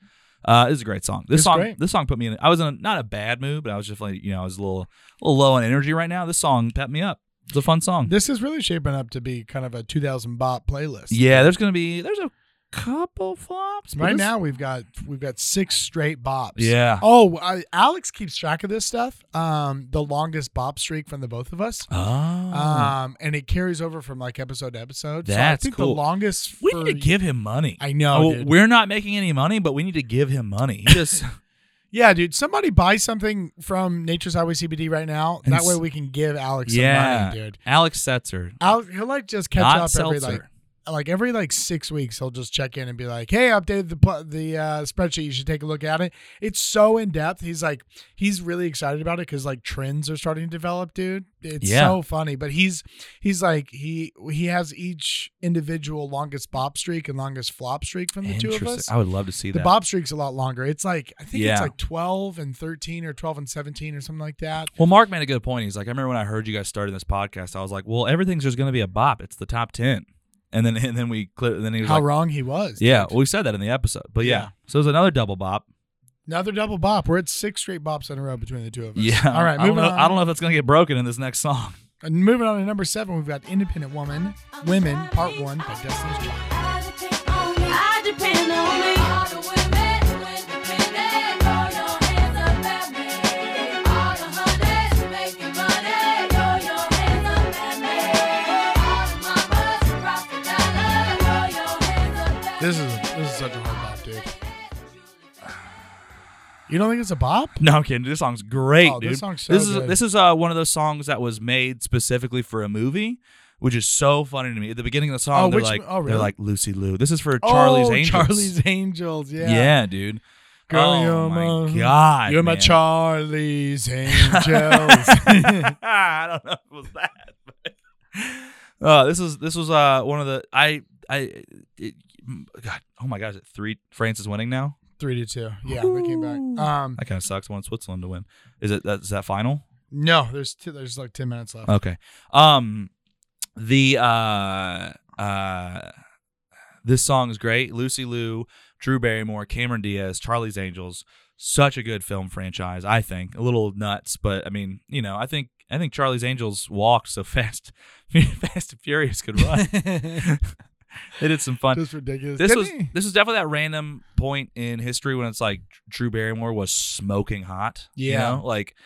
uh, this is a great song. This
It's
song,
great.
this song put me in. I was in a, not a bad mood, but I was just like, you know, I was a little, a little low on energy right now. This song pepped me up. It's a fun song.
This is really shaping up to be kind of a 2000 bop playlist.
yeah, there's gonna be there's a couple flops but
Right
this-
now we've got we've got six straight bops.
Yeah.
Oh, I, Alex keeps track of this stuff. Um, the longest bop streak from the both of us.
Oh,
Um, and it carries over from like episode to episode. so I
That's
think
cool.
the longest.
we
for-
need to give him money.
I know.
Oh,
dude.
we're not making any money, but we need to give him money. He just
[laughs] Yeah, dude. Somebody buy something from Nature's Highway CBD right now.
And
that way
s-
we can give Alex
yeah,
some money, dude.
Alex Setzer,
Al he'll like just catch
not
up every like
Seltzer.
like every like six weeks he'll just check in and be like hey I updated the pl- the uh, spreadsheet you should take a look at it it's so in depth he's like he's really excited about it because like trends are starting to develop dude it's
Yeah.
so funny but he's he's like he he has each individual longest bop streak and longest flop streak from the two of
Interesting.
us
I would love to see
the
that.
bop streak's a lot longer it's like i think
Yeah.
it's like 12 and 13 or 12 and 17 or something like that
Well, Mark made a good point. He's like, I remember when I heard you guys started this podcast, I was like, well, everything's just going to be a bop. It's the top 10. and then [laughs] and then we clear, then he was
How
like,
wrong he was.
yeah, we said that in the episode, but yeah,
Yeah.
so it was another double bop.
Another double bop. We're at six straight bops in a row between the two of us.
Yeah,
All right,
I don't
moving
know,
on.
I don't know if that's gonna get broken in this next song. [laughs]
And moving on to number seven, we've got Independent Woman, Women, Part One by Destiny's Child.
I depend on me. All the women who independent, throw your hands up at me. All the honeys making money, throw your hands up at me. All the mamas who rock the dollar, throw your hands up at me.
This is this is such a hard bop, dude. You don't think it's a bop?
No, I'm kidding. This song's great,
Oh,
dude.
this song's so
this is
good.
this is uh, one of those songs that was made specifically for a movie, which is so funny to me. At the beginning of the song,
Oh,
they're
which-
like
oh, really?
they're like Lucy Lou. This is for Charlie's
oh,
Angels.
Charlie's Angels. Yeah.
yeah. dude.
Girl,
oh
you're
my
my-
god,
You're my
man. [laughs]
Charlie's Angels. [laughs]
I don't know if it was that. But, uh, this was this was uh one of the I I it, God oh my god is it three France is winning now
Three to two. Yeah, they came back. Um,
that kind of sucks I want Switzerland to win is it that is that final
no, there's two, there's like ten minutes left.
Okay. Um the uh uh this song is great. Lucy Liu, Drew Barrymore, Cameron Diaz, Charlie's Angels. Such a good film franchise, I think. A little nuts, but I mean, you know, I think I think Charlie's Angels walked so [laughs] fast Fast and Furious could run. they did some fun
This is ridiculous.
Uh, this
Didn't
was
he?
this was definitely that random point in history when it's like Drew Barrymore was smoking hot.
Yeah.
you know? like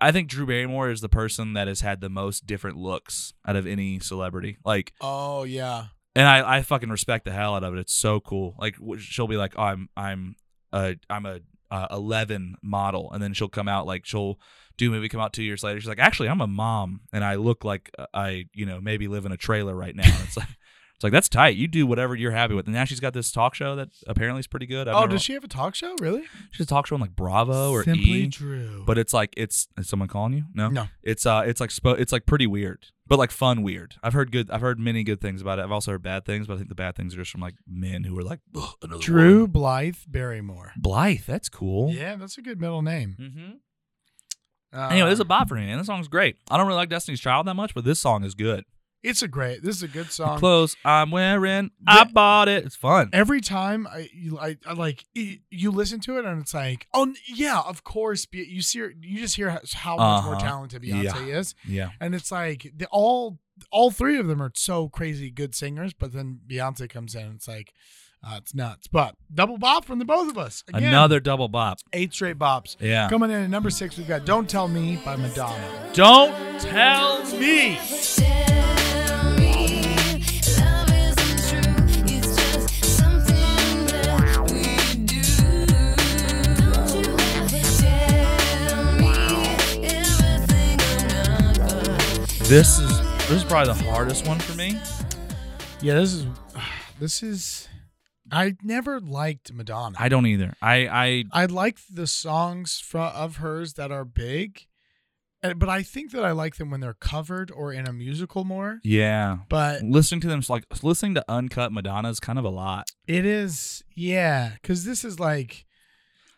I think Drew Barrymore is the person that has had the most different looks out of any celebrity. Like,
Oh yeah.
and I, I fucking respect the hell out of it. It's so cool. Like wh- she'll be like, oh, I'm I'm a I'm a uh, 11 model, and then she'll come out like she'll do a movie come out two years later. She's like, actually, I'm a mom, and I look like uh, I you know maybe live in a trailer right now. It's like. [laughs] It's like that's tight. You do whatever you're happy with. And now she's got this talk show that apparently is pretty good. I've
Oh,
never-
does she have a talk show? Really?
She's a talk show on like Bravo or
Simply
E.
Drew.
But it's like it's is someone calling you? No,
No.
It's uh, it's like spo- it's like pretty weird, but like fun weird. I've heard good. I've heard many good things about it. I've also heard bad things, but I think the bad things are just from like men who are like "Ugh, another
Drew
one."
Blythe Barrymore.
Blythe. That's cool.
Yeah, that's a good middle name.
Mm-hmm.
Uh,
Anyway, this is a bop for me, man. This song's great. I don't really like Destiny's Child that much, but this song is good.
it's a great. This is a good song.
Close. I'm wearing. I bought it. It's fun.
every time I, you, I, I like y- you listen to it and it's like, oh n- yeah, of course. Be- You see, her- you just hear how, how much more
Uh-huh.
talented Beyonce is,
Yeah.
and it's like the, all all three of them are so crazy good singers, but then Beyonce comes in, and it's like. Uh, it's nuts, but double bop from the both of us. Again,
Another double bop.
eight straight bops.
Yeah.
Coming in at number six, we've got "Don't Tell Me" by Madonna.
Don't tell me. This is this is probably the hardest one for me.
Yeah, this is [sighs] this is. I never liked Madonna.
I don't either. I I
I like the songs fro of hers that are big, and, but I think that I like them when they're covered or in a musical more.
yeah.
But
Listening to them is like listening to uncut Madonna is kind of a
[laughs]
lot.
it is, yeah, because this is like.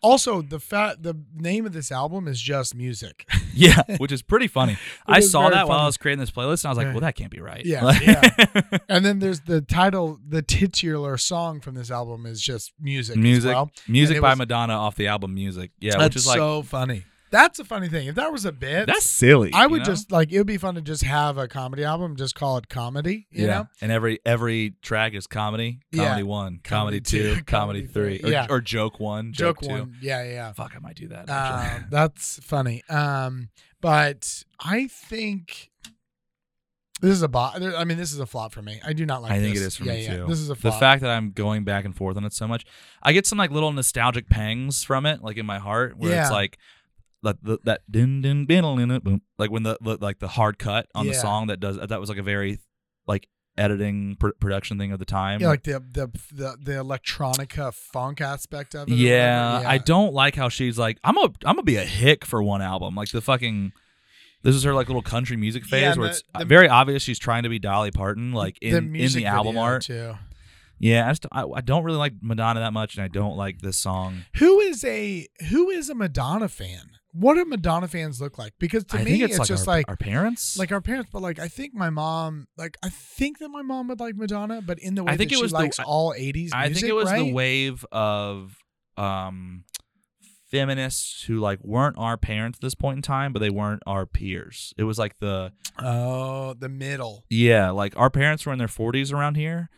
Also, the fat the name of this album is just music. [laughs]
Yeah, [laughs] which is pretty funny. I
is
saw
very
that while
funny.
I was creating this playlist, and I was like,
Yeah.
"Well, that can't be right." [laughs]
Yeah,
Like-
yeah. and then there's the title, the titular song from this album is just music. as
music,
well.
music
And it
by
was-
Madonna off the album Music. Yeah,
That's
which is like
so funny. That's a funny thing. If that was a bit,
that's silly.
I
you
would
know?
just like it would be fun to just have a comedy album, just call it comedy. You
yeah.
know,
And every every track is comedy,
Yeah.
comedy one, comedy,
Comedy two,
two, comedy
[laughs] comedy
three,
three.
Or,
Yeah.
or joke one,
joke
joke, two.
one. Yeah, yeah, yeah.
Fuck, I might do that.
Uh,
actually.
that's funny. Um, but I think this is a bot. I mean, this is a flop for me. I do not like.
I think
this.
it is for
yeah,
me
yeah.
too.
This is a
the
flop.
fact that I'm going back and forth on it so much, I get some like little nostalgic pangs from it, like in my heart, where
Yeah.
it's like that the, that din din biddle in it, boom, like when the, the like the hard cut on the
Yeah.
song that does that was like a very like editing pr- production thing of the time.
yeah, like the the the, the electronica funk aspect of it. or
yeah,
whatever.
I don't like how she's like I'm a I'm gonna be a hick for one album, like the fucking. This is her like little country music phase
Yeah,
where
the-
it's
the-
very obvious she's trying to be Dolly Parton, like in in
music
the album
video,
art.
too.
Yeah, I, just, I, I don't really like Madonna that much, and I don't like this song.
Who is a who is a Madonna fan? what do Madonna fans look like? Because to
I
me,
think
it's,
it's, like,
just
our,
like
our parents.
like our parents, but like I think my mom, like I think that my mom would like Madonna, but in the way
I think
that
it was
she
the-
likes all '80s.
I think
music,
it was the
right?
wave of um feminists who like weren't our parents at this point in time, but they weren't our peers. It was like the
Oh, the middle.
yeah, like our parents were in their 40s around here.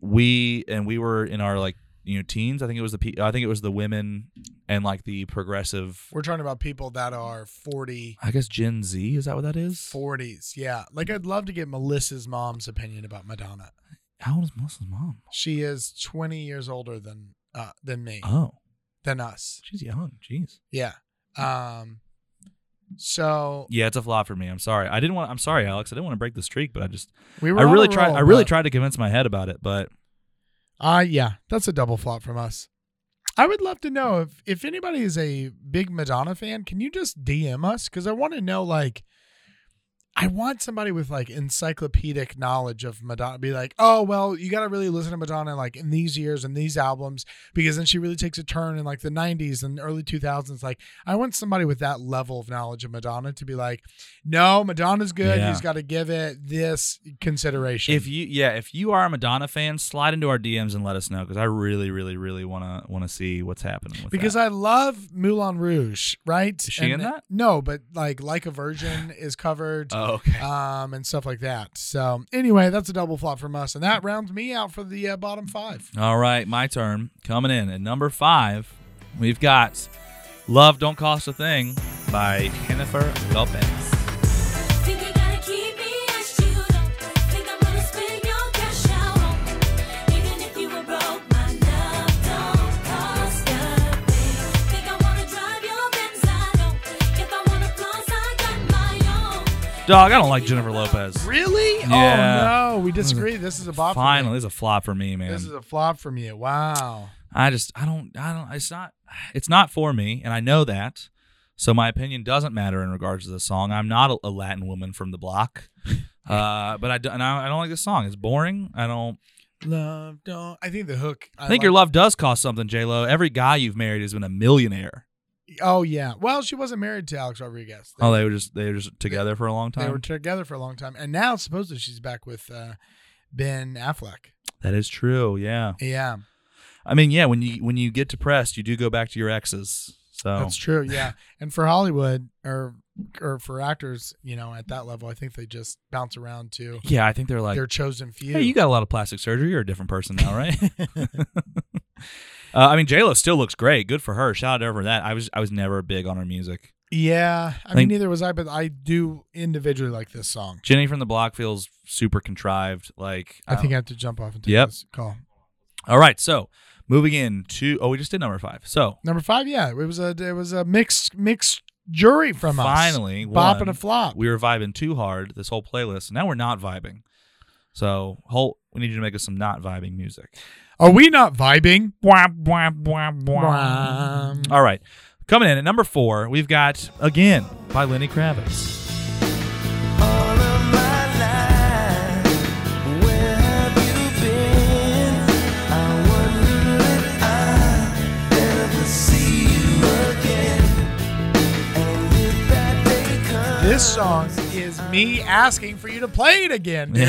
We and we were in our like you know teens. I think it was the pe- I think it was the women and like the progressive.
We're talking about people that are 40,
I guess Gen Z is that what that is?
40s. Yeah, like I'd love to get Melissa's mom's opinion about Madonna.
How old is Melissa's mom?
She is 20 years older than uh, than me,
Oh,
than us.
she's young. Jeez.
Yeah. Um. So
Yeah, it's a flop for me. I'm sorry. I didn't want. I'm sorry, Alex. I didn't want to break the streak, but I just
we were.
I
on a
really tried.
roll,
I really
but-
tried to convince my head about it, but
Uh yeah, that's a double flop from us. I would love to know if if anybody is a big Madonna fan, can you just DM us cuz I want to know like I want somebody with like encyclopedic knowledge of Madonna be like, "Oh, well, you got to really listen to Madonna like in these years and these albums because then she really takes a turn in like the 90s and early 2000s." Like, I want somebody with that level of knowledge of Madonna to be like, "No, Madonna's good.
Yeah.
You've got to give it this consideration."
if you yeah, if you are a Madonna fan, slide into our DMs and let us know because I really, really, really wanna wanna see what's happening with
because I love Moulin Rouge, right? Is
she in that?
No, but like Like
[sighs]
a Virgin is covered,
oh okay.
um, and stuff like that. So anyway, that's a double flop from us, and that rounds me out for the uh, bottom five.
All right, my turn. Coming in at number five, we've got "Love Don't Cost a Thing" by Jennifer Lopez.
Think you gotta keep me as you don't think I'm gonna spend your cash out. Even if you were broke, my love don't cost a thing. Think I wanna drive your Benz? I don't. If I wanna floss, I got my own.
Dog, I don't like Jennifer Lopez.
Really?
Yeah.
Oh no, we disagree. This is a bop. for me.
Finally, this is a flop for me, man.
this is a flop from you. Wow.
I just I don't I don't it's not it's not for me and I know that. So my opinion doesn't matter in regards to the song. I'm not a, a Latin woman from the [laughs] block. Uh, but I, do, and I, I don't like this song. It's boring. I don't.
Love don't. I think the hook.
I, think your love does cost something, J Lo. Every guy you've married has been a millionaire.
Oh yeah. Well, she wasn't married to Alex Rodriguez.
oh, they were just they were just together for a long
They
time.
were together for a long time, and now supposedly she's back with uh, Ben Affleck.
that is true. Yeah.
Yeah.
I mean, yeah. When you when you get depressed, you do go back to your exes. So
That's true.
[laughs]
Yeah, and for Hollywood or or for actors, you know, at that level, I think they just bounce around to
yeah, I think they're like
their chosen few.
Hey, you got a lot of plastic surgery. You're a different person now, right? [laughs] uh, I mean, J Lo still looks great. Good for her. Shout out to her for that. I was I was never big on her music.
yeah, I,
I
mean,
think-
neither was I, but I do individually like this song.
Jenny from the Block feels super contrived. Like
I think I
don't-
have to jump off and take
Yep.
this call.
All right, so moving in to oh, we just did number five. So
Number five, yeah, it was a it was a mixed mixed jury from us.
Finally,
bop
one.
and a flop.
we were vibing too hard this whole playlist. Now we're not vibing. So Holt, we need you to make us some not vibing music.
Are we not vibing?
All right, coming in at number four, we've got again by Lenny Kravitz.
All of my life, where have you been? I wonder if I ever see you again. And if that day comes,
This song is me asking for you to play it again,
[laughs]
dude.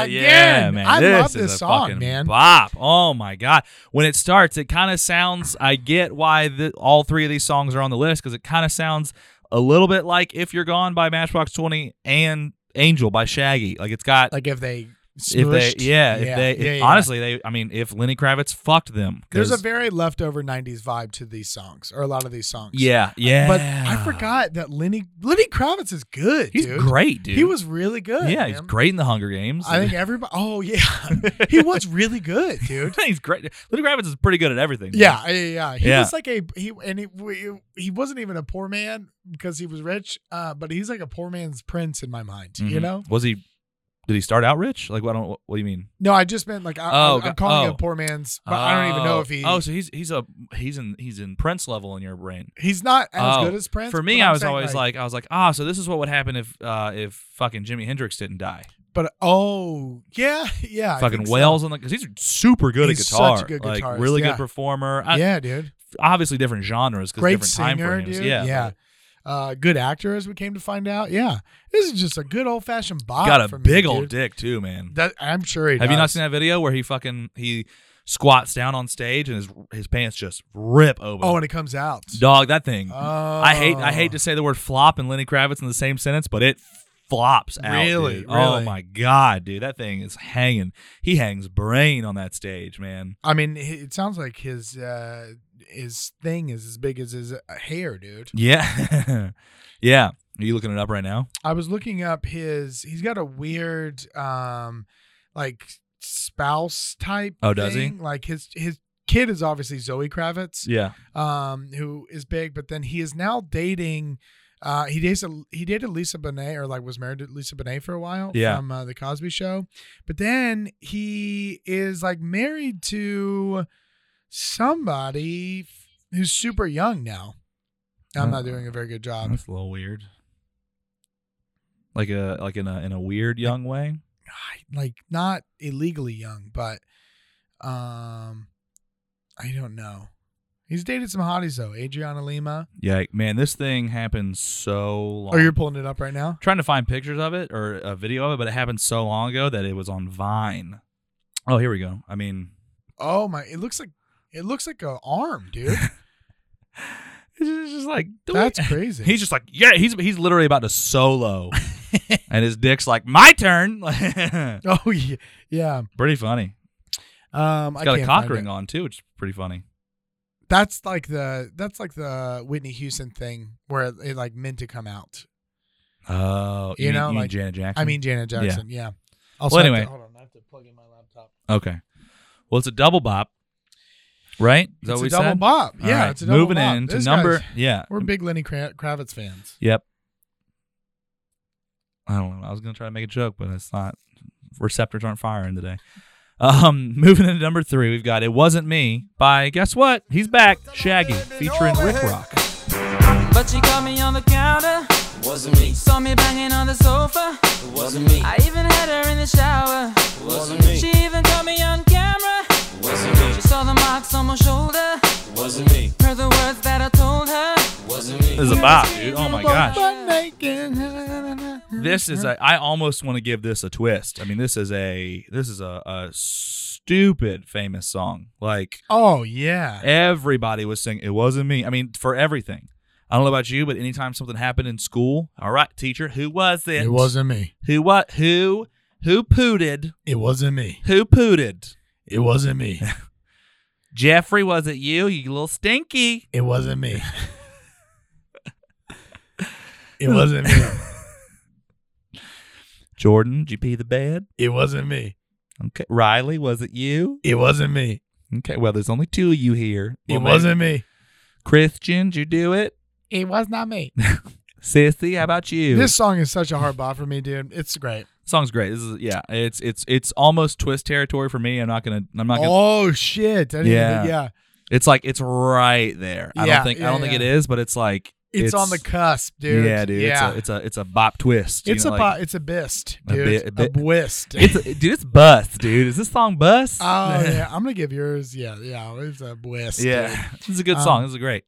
Yeah,
Again,
yeah, man.
I
this
love
is
this
a
song,
fucking
man.
Bop. Oh my god. When it starts, it kind of sounds. I get why the, all three of these songs are on the list because it kind of sounds a little bit like "If You're Gone" by Matchbox Twenty and "Angel" by Shaggy. Like it's got.
Like if they,
if they,
smushed.
yeah, if they, if-
yeah, yeah.
honestly, they, I mean, if Lenny Kravitz fucked them,
There's a
'cause-
very leftover '90s vibe to these songs, or a lot of these songs.
yeah, yeah,
but I forgot that Lenny Lenny Kravitz is good.
He's
dude.
great, dude.
He was really good.
yeah, he's
man.
great in the Hunger Games.
I think everybody. Oh yeah, [laughs] he was really good,
[laughs]
dude.
[laughs] he's great. Lenny Kravitz is pretty good at everything. dude.
Yeah, yeah, yeah. He
Yeah.
was like a he, and he we- he wasn't even a poor man because he was rich. Uh, but he's like a poor man's prince in my mind. You
Mhm.
know?
was he? Did he start out rich? Like, what? What do you mean?
No, I just meant like I,
Oh,
I'm
go-
calling him
oh.
a poor man's. But I don't even know
Oh.
if he.
Oh, so he's he's a he's in he's in Prince level in your brain.
he's not as
Oh.
good as Prince.
For
but
me,
I'm
I was
saying,
always like, I was like, ah, so this is what would happen if uh if fucking Jimi Hendrix didn't die.
but oh yeah, [laughs] yeah, I
fucking
think so.
Wales on the because he's super good
He's
at guitar,
such a good
like
guitarist,
really
yeah.
good performer. I-
yeah, dude.
obviously different genres because
Great
different
singer,
time frames.
dude.
Yeah,
yeah. uh, good actor, as we came to find out. Yeah, this is just a good old fashioned bop.
Got a
for me,
big old
dude.
dick too, man.
That I'm sure he.
Have you not
does.
seen that video where he fucking he squats down on stage and his his pants just rip open?
Oh, and it comes out.
dog, that thing.
Oh.
I hate I hate to say the word flop and Lenny Kravitz in the same sentence, but it flops out.
Really?
dude. Oh
Really?
my god, dude, that thing is hanging. He hangs brain on that stage, man.
I mean, h- it sounds like his uh, his thing is as big as his uh, hair, dude.
Yeah, [laughs] yeah. Are you looking it up right now?
I was looking up his. He's got a weird, um, like spouse type.
Oh, does he?
thing. Like his his kid is obviously Zoe Kravitz,
Yeah.
um, who is big, but then he is now dating. Uh, he dates a, he dated Lisa Bonet or like was married to Lisa Bonet for a while
Yeah.
from uh, the Cosby Show, but then he is like married to somebody f- who's super young now. I'm not doing a very good job.
That's a little weird. Like a like in a in a weird young way.
I- like not illegally young, but um, I don't know. He's dated some hotties though, Adriana Lima.
Yeah, man, this thing happened so long.
Oh, you're pulling it up right now.
trying to find pictures of it or a video of it, but it happened so long ago that it was on Vine. Oh, here we go. I mean,
Oh my! It looks like it looks like a arm,
[laughs]
dude.
this is just like [laughs]
That's
doink.
crazy.
He's just like, yeah, he's he's literally about to
[laughs]
solo, and his dick's like, my turn.
oh yeah, yeah.
pretty funny.
Um, I
He's got a
can't
cock
find
ring
it.
on too, which is pretty funny.
That's like the that's like the Whitney Houston thing where it, it, like meant to come out.
Oh,
You
mean-
know,
mean
like-
Janet Jackson.
I mean Janet
Yeah.
Jackson. Yeah.
Well,
I have to-
anyway.
hold on. I have to plug in my laptop.
okay. Well, it's a double bop, right? Is that what
It's a
we
double
said?
bop.
All
Yeah,
right,
it's a double
moving
bop.
in to
This
number.
guy's-
Yeah,
We're big Lenny Kra- Kravitz fans.
Yep. I don't know. I was gonna try to make a joke, but it's not. Receptors aren't firing today. Um, [laughs] moving into number three, we've got "It Wasn't Me" by guess what? He's back, Shaggy, featuring Rick Rock.
But she caught me on the counter.
Wasn't me,
Saw me banging on the sofa.
wasn't me,
I even had her in the shower.
wasn't me,
She even caught me on camera.
wasn't me,
She saw the marks on my shoulder.
wasn't me,
Heard the words that I told her.
wasn't me.
This is a bop, dude. Oh my gosh.
But naked, na, na, na, na.
This is a. I almost want to give this a twist. I mean, this is a. This is a, a stupid famous song. Like
Oh yeah.
everybody was singing. It wasn't me. I mean, for everything. I don't know about you, but anytime something happened in school, all right, teacher, who was it?
It wasn't me.
Who what? Who who pooted?
It wasn't me.
Who pooted?
It wasn't me.
Jeffrey, was it you? You little stinky.
It wasn't me. It wasn't me.
Jordan, did you pee the bed?
It wasn't me.
Okay. Riley, was it you?
It wasn't me.
Okay. Well, there's only two of you here.
It
Well, maybe-
wasn't me.
Christian, did you do it?
It was not me.
[laughs] Sissy, how about you?
This song is such a hard bop for me, dude. It's great.
song's great. This is yeah. It's it's it's almost twist territory for me. I'm not gonna. I'm not gonna.
Oh shit! I didn't
Yeah.
even- yeah.
It's like it's right there. I
Yeah,
don't think I
yeah,
don't think it
yeah.
is, but it's like
It's, on the cusp, dude.
Yeah, dude. It's
Yeah.
a it's a it's a bop twist. you
It's
know,
a
like-
po- it's a bist,
A
dude.
bit-
A,
a bit-
whist.
It's a, [laughs] dude, it's bust, dude. Is this song bust? [laughs]
oh yeah, I'm gonna give yours. Yeah, yeah. It's a whist. dude.
yeah. This is a good
Um,
song. This is great.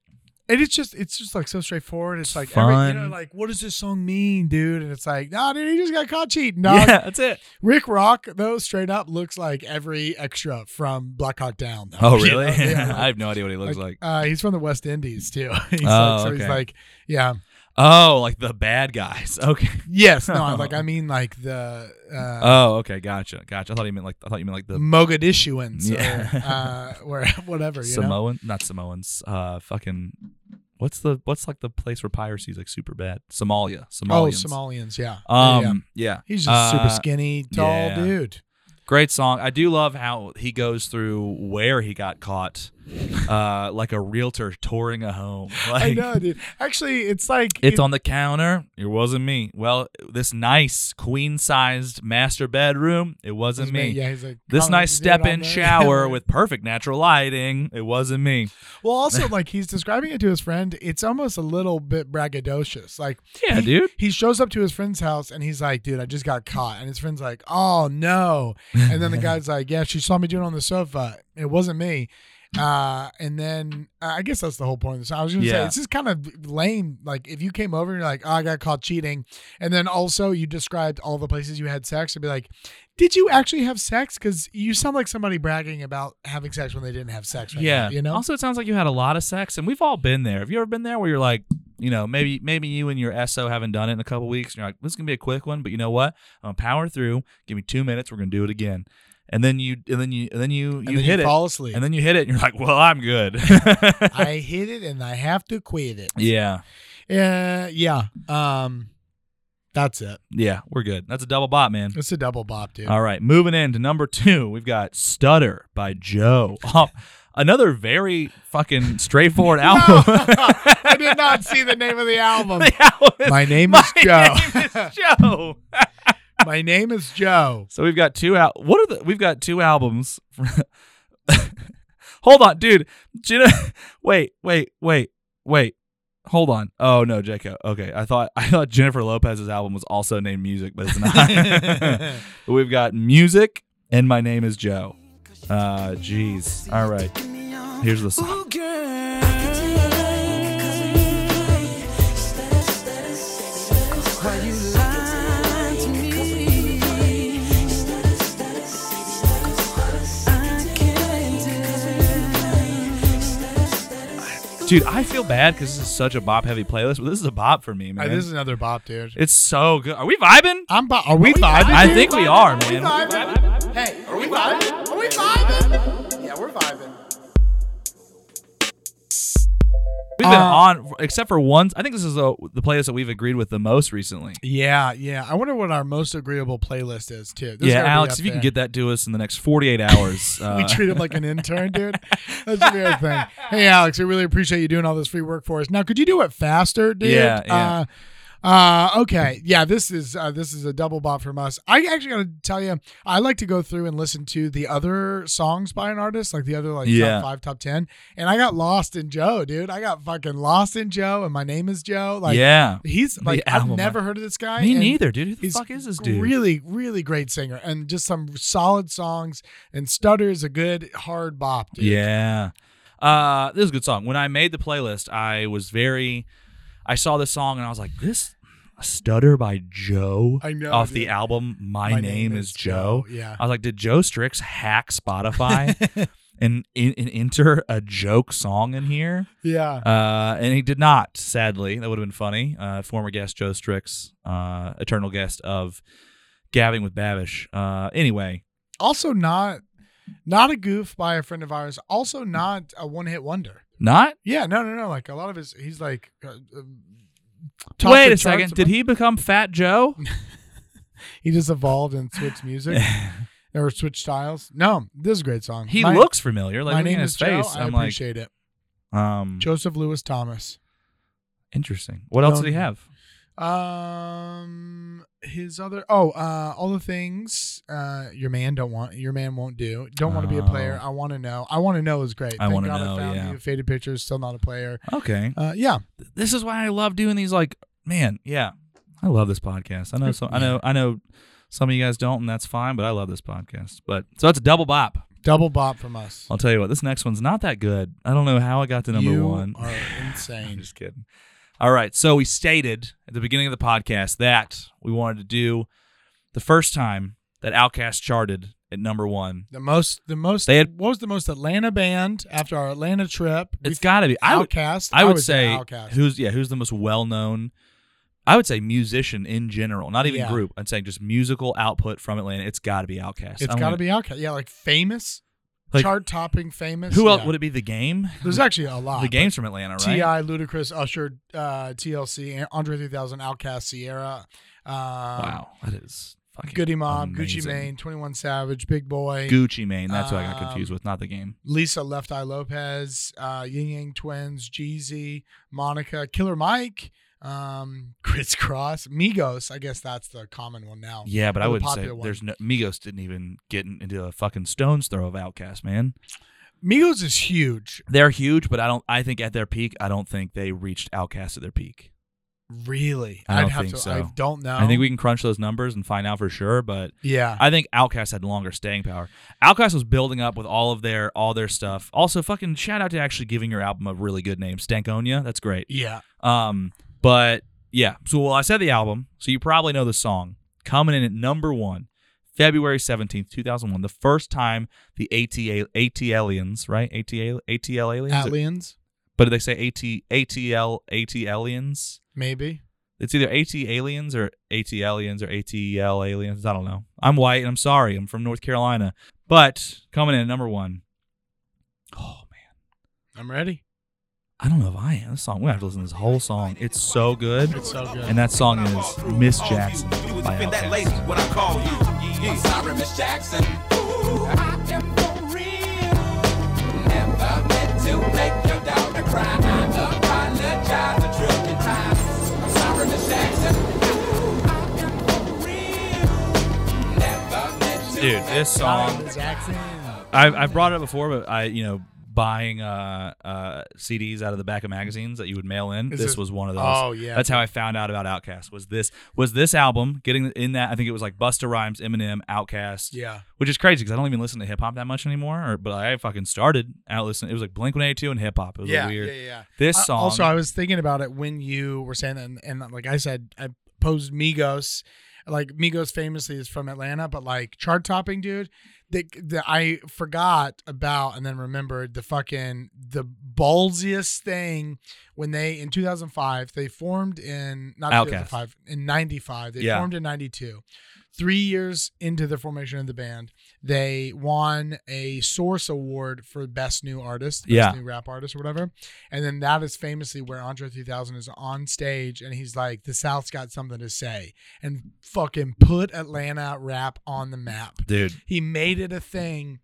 And it's just it's just like so straightforward. It's like every, you know,
Fun.
like what does this song mean, dude? And it's like, nah, dude, he just got caught cheating. Dog.
Yeah, that's it.
Rick Rock, though, straight up looks like every extra from Black Hawk Down. though.
Oh,
[laughs] You
really? [laughs]
know, yeah.
I have no idea what he looks like.
Uh, he's from the West Indies too. [laughs] he's
Oh,
like, so he's
okay.
like, yeah,
Oh, like the bad guys. [laughs] Okay.
yes, no, like
[laughs]
I mean, like the uh,
Oh, okay. Gotcha. Gotcha. I thought you meant like I thought you meant like the
Mogadishuans,
[laughs] Yeah.
or, uh, where [laughs] whatever. You know?
Samoan, not Samoans. Uh, fucking. What's the what's like the place where piracy's like super bad? Somalia.
Oh,
Somalians.
Somalians, yeah.
Um.
yeah.
Yeah.
He's just super
Uh,
skinny, tall
yeah.
dude.
Great song. I do love how he goes through where he got caught, uh, like a realtor touring a home. [laughs] Like,
I know, dude. Actually, it's like
It's
it-
on the counter. It wasn't me. Well, this nice queen sized master bedroom. It wasn't me.
Yeah, he's like
This
"Colin,
nice
you did it
step
on
in
there." [laughs]
shower with perfect natural lighting. It wasn't me.
Well, also like he's describing it to his friend. It's almost a little bit braggadocious. Like,
Yeah,
he,
dude.
He shows up to his friend's house and he's like, "Dude, I just got caught." And his
[laughs]
friend's like, "Oh no!" And then the guy's like, "Yeah, she saw me doing it on the sofa. It wasn't me." Uh, and then uh, I guess that's the whole point of this. I was gonna say
Yeah.
it's just kind of lame. Like if you came over and you're like, oh, I got caught cheating, and then also you described all the places you had sex, and be like, did you actually have sex? Because you sound like somebody bragging about having sex when they didn't have sex. Right
yeah.
now, you know.
Also, it sounds like you had a lot of sex, and we've all been there. Have you ever been there where you're like, you know, maybe maybe you and your SO haven't done it in a couple weeks, and you're like, this is gonna be a quick one, but you know what? I'm gonna power through. Give me two minutes. We're gonna do it again. And then you, and then you, and then you, you
and then
hit
you
it,
fall asleep.
and then you hit it, and you're like, well, I'm
[laughs]
good. [laughs]
I hit it, and I have to quit it.
yeah,
Yeah, Eh, yeah. Um, that's it.
yeah, we're good. That's a double bot, man.
It's a double bop, dude.
All right, moving into number two, we've got "Stutter" by [laughs] Joe. Oh, another very fucking straightforward album. [laughs]
[laughs] I did not see the name of the album.
The album is-
My name
My
is Joe.
name
[laughs]
is Joe.
My name is
[laughs]
Joe.
so we've got two out. what are the? We've got two albums. [laughs] Hold on, dude. Do you know? [laughs] Wait, wait, wait, wait. Hold on. Oh no, Jacob. Okay, I thought I thought Jennifer Lopez's album was also named Music, but it's [laughs] not. we've got Music and My Name Is Joe. Uh, jeez. All right. Here's the song. Dude, I feel bad because this is such a bop heavy playlist, but this is a bop for me,
Uh,
man.
this is another bop, dude.
it's so good. Are we vibing?
I'm bo- are we vibing?
I think we are, man.
vibing? Hey, are we vibing? Are we vibing? Yeah, we're vibing.
We've
Uh,
been on, except for once. I think this is a, the playlist that we've agreed with the most recently.
Yeah, yeah. I wonder what our most agreeable playlist is too. This
yeah,
gotta be
Alex,
up
if you can
there.
get that to us in the next 48 hours. Uh,
[laughs] we treat him
[laughs]
like an intern, dude. That's the weird thing. Hey, Alex, we really appreciate you doing all this free work for us. Now, could you do it faster, dude?
Yeah, yeah.
Uh, uh, okay, yeah. This is uh, this is a double bop from us. I actually got to tell you, I like to go through and listen to the other songs by an artist, like the other like
Yeah.
top five, top ten, and I got lost in Joe, dude. I got fucking lost in Joe, and my name is Joe. Like,
yeah.
he's
The
like I've
album,
never heard of this guy.
Me
and
neither, dude. Who the
he's
fuck is this dude?
Really, really great singer and just some solid songs. And Stutter is a good hard bop, dude.
Yeah. Uh, this is a good song. When I made the playlist, I was very, I saw this song and I was like, this stutter by Joe
I know,
off the
dude.
album My, Name, Is Joe.
Yeah.
I was like, did Joe Strix hack
[laughs]
Spotify and, in, and enter a joke song in here?
Yeah.
Uh, and he did not, sadly. That would have been funny. Uh, former guest Joe Strix, uh, eternal guest of Gabbing with Babish. Uh, anyway,
also not not a goof by a friend of ours. Also not a one hit wonder.
not.
Yeah, no, no, no. Like a lot of his, he's like. Uh, um, top
Wait
the
a second.
charts
Did
bunch.
he become Fat Joe?
He just evolved and switched music
[laughs]
or switched styles. No, this is a great song.
He
My-
looks familiar. Like
my
looking
name
at his
is
face.
Joe. I
I'm like,
appreciate it.
um,
Joseph Lewis Thomas.
interesting. What else
No.
did he have?
Um, his other oh, uh, all the things uh, your man don't want, your man won't do. Don't want to be a player.
Oh.
I want to know. I want to know is great.
I
Thank
Wanna
God
Know,
I found
yeah.
you. Faded pictures, still not a player.
Okay,
Uh, yeah,
this is why I love doing these. Like, man, yeah, I love this podcast. I know, so I know, I know. Some of you guys don't, and that's fine. But I love this podcast. But so that's a double bop.
double bop from us.
I'll tell you what, this next one's not that good. I don't know how I got to number
you
one.
are
I'm
insane.
[laughs] just kidding. All right. So we stated at the beginning of the podcast that we wanted to do the first time that Outcast charted at number one.
The most, the most.
They had-
what was the most Atlanta band after our Atlanta trip?
It's got to be. I would,
Outcast.
I would
was an
say
Outcast.
who's yeah who's the most well known. I would say musician in general, not even
Yeah.
group. I'm saying just musical output from Atlanta. It's got to be Outcast.
It's got to be Outcast. Yeah, like famous,
Like-
chart topping famous.
Who
yeah.
else would it be? The Game.
There's actually a lot.
The
but-
Game's from Atlanta, right?
Ti, Ludacris, Usher, uh, TLC, and Andre 3000, Outkast, Sierra, um,
Wow, that is fucking
Goody Mob, Gucci
amazing.
Mane, 21 Savage, Big Boy,
Gucci Mane. That's what I got
Um,
confused with, not the game.
Lisa Left Eye Lopez, uh, Ying Yang Twins, Jeezy, Monica, Killer Mike, um, [laughs] Chris Cross, Migos. I guess that's the common one now.
Yeah, but
or
I
the
would say
popular one.
there's no Migos didn't even get in- into a fucking stone's throw of Outcast, man.
Migos is huge.
They're huge, but I don't. I think at their peak, I don't think they reached Outcast at their peak.
Really?
I don't
I'd have
think
to.
so.
I don't know.
I think we can crunch those numbers and find out for sure, but
Yeah.
I think Outcast had longer staying power. Outcast was building up with all of their all their stuff. Also, fucking shout out to actually giving your album a really good name, Stankonia. That's great.
yeah.
Um, but yeah, so well, I said the album, so you probably know the song coming in at number one, February seventeenth, two thousand one. The first time the ATA ATLians, right? ATA ATL aliens,
Atlians,
but do they say AT ATL ATLians?
maybe.
It's either AT aliens or AT aliens or ATL aliens. I don't know. I'm white and I'm sorry. I'm from North Carolina. But coming in at number one, oh man,
I'm ready.
I don't know if I am. This song, we have to listen to this whole song. It's so good.
It's so good.
And that song is Miss Jackson
You would
by
defend that lady,
Outkast.
what I call you. I'm sorry, Miss Jackson. Ooh, I am for real. Never meant to make your daughter cry. I apologize a trillion times. I'm sorry, Miss Jackson. Ooh, I am for real. Never meant to
Dude,
make
this song,
Jackson.
I, I brought it up before, but I, you know, buying uh, uh, CDs out of the back of magazines that you would mail in.
Is
this
it-
was one of those.
Oh, yeah.
That's how I found out about Outkast. Was this was this album getting in that? I think it was like Busta Rhymes, Eminem, Outkast.
Yeah.
Which is crazy because I don't even listen to hip hop that much anymore. Or, but I fucking started out listening. It was like Blink One Eighty Two and hip hop. It was
Yeah,
weird.
yeah, yeah.
This
I-
song.
also, I was thinking about it when you were saying that, and, and like I said, I posed Migos. Like Migos famously is from Atlanta, but like chart topping dude that, that I forgot about and then remembered the fucking the ballsiest thing when they in 2005 they formed in not
Outkast.
2005 in 95 they
Yeah.
formed in 92. Three years into the formation of the band, they won a Source Award for Best New Artist, Best
Yeah.
New Rap Artist, or whatever. And then that is famously where Andre 3000 is on stage and he's like, the South's got something to say and fucking put Atlanta rap on the map.
dude,
He made it a thing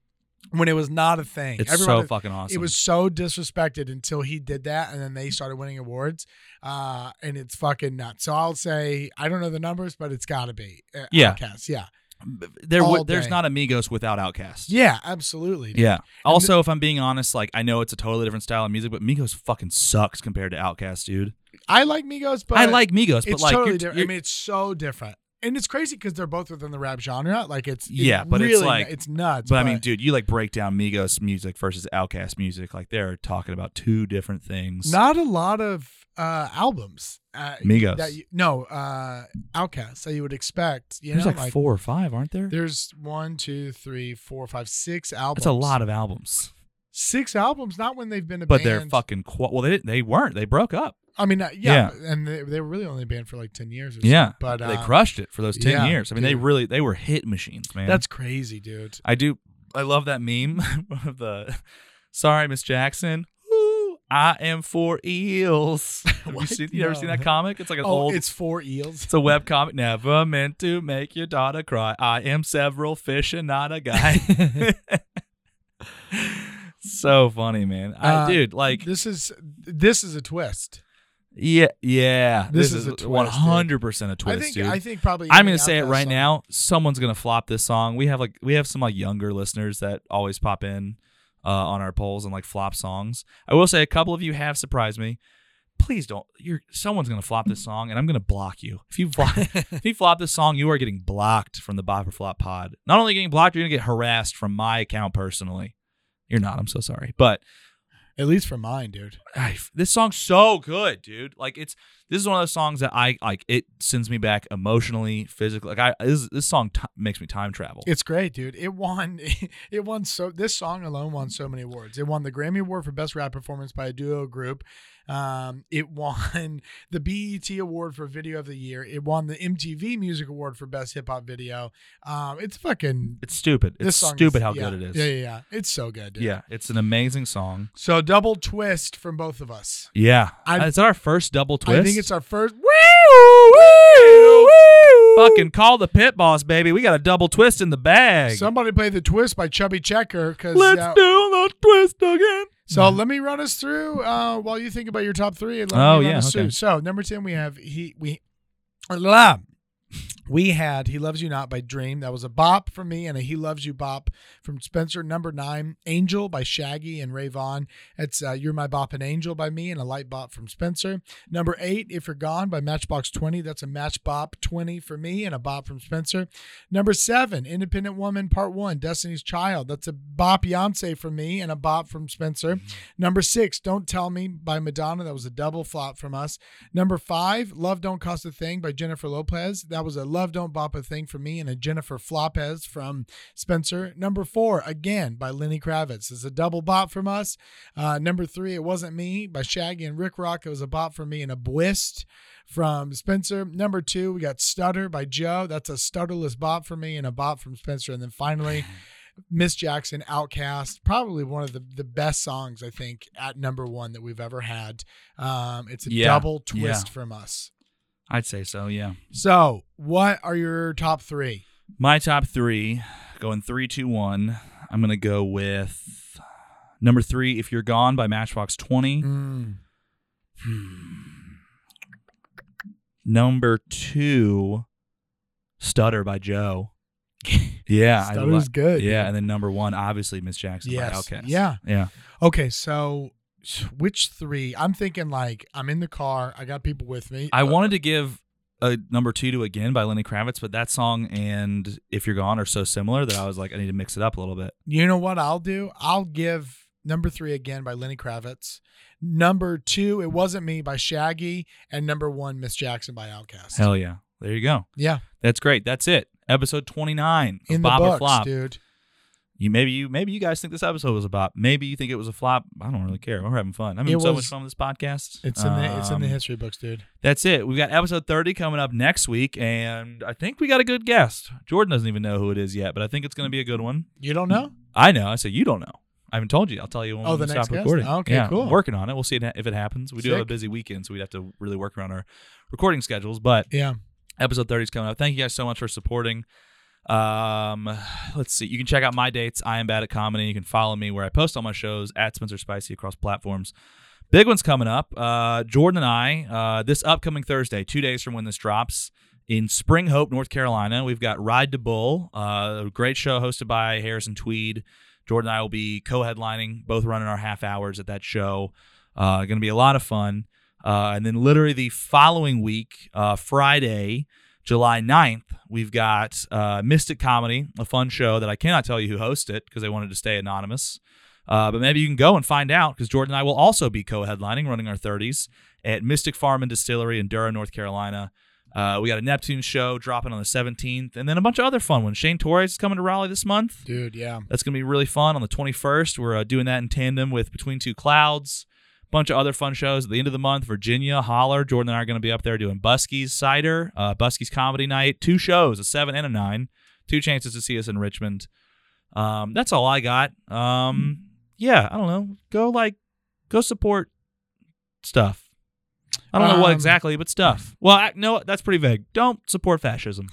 when it was not a thing.
it's so fucking awesome.
It was so disrespected until he did that, and then they started winning awards, uh, and it's fucking nuts. So I'll say I don't know the numbers, but it's got to be uh,
Yeah.
Outkast. yeah,
there.
all
would there's
day.
not Amigos without Outkast.
yeah, absolutely. dude.
Yeah. Also, if I'm being honest, like I know it's a totally different style of music, but Migos fucking sucks compared to Outkast, dude.
I like Migos, but
I like Migos, but
it's
like
totally
you're-
different.
you're-
I mean, it's so different, and it's crazy because they're both within the rap genre. Like it's it's
Yeah, but it's
really
like-
nu- it's nuts.
but, I mean, dude, you like break down Migos music versus Outkast music, like they're talking about two different things.
not a lot of uh albums. Uh,
Migos.
that you, no, uh Outcast that you would expect. You
There's
know,
like, four or five, aren't there?
There's one, two, three, four, five, six albums.
That's a lot of albums,
six albums. Not when they've been a
but
band.
they're fucking. Qu- well, they didn't, they weren't. They broke up.
I mean, uh, yeah, and they, they were really only banned for like ten years. Or something.
Yeah,
but
they
uh,
crushed it for those ten
yeah,
years. I mean, they
dude.
really they were hit machines, man.
That's crazy, dude.
I do. I love that meme [laughs] of the. Sorry, Miss Jackson. Ooh, I am for eels. [laughs] Have you,
What?
seen, you ever
No.
seen that comic? It's like an
oh,
old. It's,
it's four eels.
a web comic. Never meant to make your daughter cry. I am several fish and not a guy. [laughs] so funny, man. I
Uh,
dude like
This is this is a twist.
yeah yeah.
this is a twist, dude.
one hundred percent a twist,
I think
dude.
I think probably.
I'm
any
gonna say it
Outkast
right
song-
now. Someone's gonna flop this song. We have like we have some like younger listeners that always pop in uh, on our polls and like flop songs. I will say a couple of you have surprised me. Please don't. You're someone's gonna flop this song, and I'm gonna block you. If you flop, if you flop this song, you are getting blocked from the Bop or Flop Pod. Not only getting blocked, you're gonna get harassed from my account personally. You're not. I'm so sorry, but
At least for mine, dude.
I, this song's so good, dude. Like it's this is one of those songs that I like. It sends me back emotionally, physically. Like I this, this song t- makes me time travel.
It's great, dude. It won. [laughs] It won so. This song alone won so many awards. It won the Grammy Award for Best Rap Performance by a Duo Group. Um, it won [laughs] the BET Award for Video of the Year. It won the MTV Music Award for Best Hip Hop Video. Um, it's fucking.
it's stupid.
this
It's
song
stupid
is,
how
yeah,
good it is.
Yeah, yeah, yeah. It's so good, dude.
Yeah, it's an amazing song.
So double twist from both of us.
Yeah,
I-
is that our first double twist?
I think it's our first.
fucking call the pit boss, baby. We got a double twist in the bag.
Somebody play the twist by Chubby Checker because
Let's do the twist again.
So let me run us through uh, while you think about your top three. And let
Oh,
me run
yeah,
us
okay.
through. So number ten, we have he we. Blah. we had He Loves You Not by Dream. That was a bop from me and a He Loves You bop from Spencer. Number nine, Angel by Shaggy and Ray Vaughn. It's uh, You're My Bop and Angel by me and a light bop from Spencer. Number eight, If You're Gone by Matchbox 20. That's a match bop 20 for me and a bop from Spencer. Number seven, Independent Woman Part One, Destiny's Child. That's a bop Beyonce from me and a bop from Spencer. Number six, Don't Tell Me by Madonna. That was a double flop from us. Number five, Love Don't Cost a Thing by Jennifer Lopez. That was a Love Don't Bop a Thing for me and a Jennifer Flopez from Spencer. Number four, Again by Lenny Kravitz. It's a double bop from us. Uh, number three, It Wasn't Me by Shaggy and Rick Rock. It was a bop for me and a Bwist from Spencer. Number two, we got Stutter by Joe. That's a stutterless bop for me and a bop from Spencer. And
[sighs]
then finally, Miss Jackson, Outcast, probably one of the, the best songs, I think, at number one that we've ever had. Um, it's a
Yeah.
double
Yeah.
twist from us.
I'd say so, yeah.
So, what are your top three?
My top three, going three, two, one. I'm gonna go with number three, "If You're Gone" by Matchbox Twenty.
Mm.
Number two, "Stutter" by Joe. [laughs] Yeah, I
Stutter's good,
Yeah,
dude.
and then number one, obviously Miss Jackson
Yes,
by Outkast.
yeah.
yeah.
Okay, so which three? I'm thinking like I'm in the car, I got people with me.
I wanted to give a number two to "Again" by Lenny Kravitz, but that song and "If You're Gone" are so similar that I was like, I need to mix it up a little bit.
You know what I'll do? I'll give number three again by Lenny Kravitz. Number two, It Wasn't Me by Shaggy. And number one, Miss Jackson by Outkast.
Hell yeah! There you go.
yeah.
That's great. That's it. Episode 29 of
In
Bob
the
or
books,
Flop.
dude.
You maybe you maybe you guys think this episode was a bop. Maybe you think it was a flop. I don't really care. We're having fun. I'm having
It
so
was-
much fun with this podcast.
It's in the it's in the
Um,
history books, dude.
That's it. We've got episode 30 coming up next week, and I think we got a good guest. Jordan doesn't even know who it is yet, but I think it's going to be a good one.
You don't know?
I know. I said you don't know. I haven't told you. I'll tell you when
Oh,
we
the
stop
next guest?
recording.
Okay,
Yeah,
cool.
I'm working on it. We'll see it ha- if it happens. We do have a
Sick.
busy weekend, so we'd have to really work around our recording schedules. But
Yeah.
episode 30 is coming up thank you guys so much for supporting um let's see you can check out my dates i am bad at comedy you can follow me where i post all my shows at spencer spicy across platforms big one's coming up uh jordan and i uh this upcoming thursday two days from when this drops in spring hope north carolina we've got ride to bull uh a great show hosted by harrison tweed jordan and i will be co-headlining both running our half hours at that show uh gonna be a lot of fun uh, and then literally the following week, uh, Friday, July 9th, we've got uh, Mystic Comedy, a fun show that I cannot tell you who hosts it because they wanted to stay anonymous. Uh, but maybe you can go and find out because Jordan and I will also be co headlining, running our 30s at Mystic Farm and Distillery in Durham, North Carolina. Uh, we got a Neptune show dropping on the 17th, and then a bunch of other fun ones. Shane Torres is coming to Raleigh this month.
Dude, yeah.
That's going to be really fun on the 21st. We're uh, doing that in tandem with Between Two Clouds, bunch of other fun shows. At the end of the month, Virginia, Holler, Jordan and I are going to be up there doing Buskey's Cider, uh, Buskey's Comedy Night, two shows, a seven and a nine, two chances to see us in Richmond. Um, that's all I got. Um, yeah, I don't know. Go like, go support stuff. I don't know what
Um,
exactly, but stuff. Well, I, no, that's pretty vague. Don't support fascism.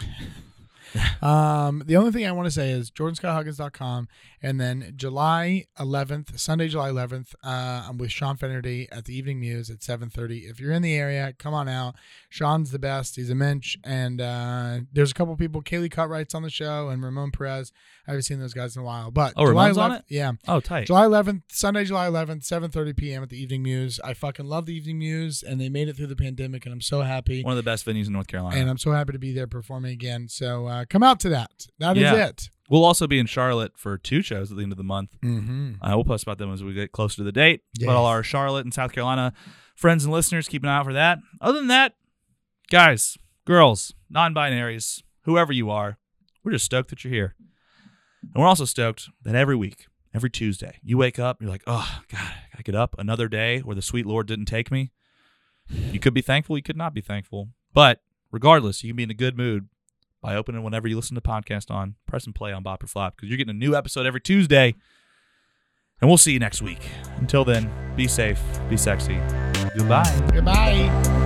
Um, the only thing I want to say is jordanscotthuggins.com. And then July 11th, Sunday, July 11th, uh, I'm with Sean Finnerty at the Evening Muse at 7.30. If you're in the area, come on out. Sean's the best. He's a mensch. And uh, there's a couple people, Kaylee Cutright's on the show and Ramon Perez. I haven't seen those guys in a while. But
Oh,
July
Ramon's on
11th
it?
Yeah.
Oh, tight.
July 11th, Sunday, July 11th, 7:30 p.m. at the Evening Muse. I fucking love the Evening Muse, and they made it through the pandemic, and I'm so happy.
One of the best venues in North Carolina.
And I'm so happy to be there performing again. So uh, come out to that. That is
Yeah.
it.
We'll also be in Charlotte for two shows at the end of the month.
Mm-hmm.
Uh, we'll post about them as we get closer to the date.
Yes.
But all our Charlotte and South Carolina friends and listeners, keep an eye out for that. Other than that, guys, girls, non binaries, whoever you are, we're just stoked that you're here. And we're also stoked that every week, every Tuesday, you wake up, you're like, oh, God, I gotta get up another day where the sweet Lord didn't take me. You could be thankful, you could not be thankful. But regardless, you can be in a good mood by opening whenever you listen to podcast on, press and play on Bop or Flop because you're getting a new episode every Tuesday. And we'll see you next week. Until then, be safe, be sexy. Goodbye.
Goodbye.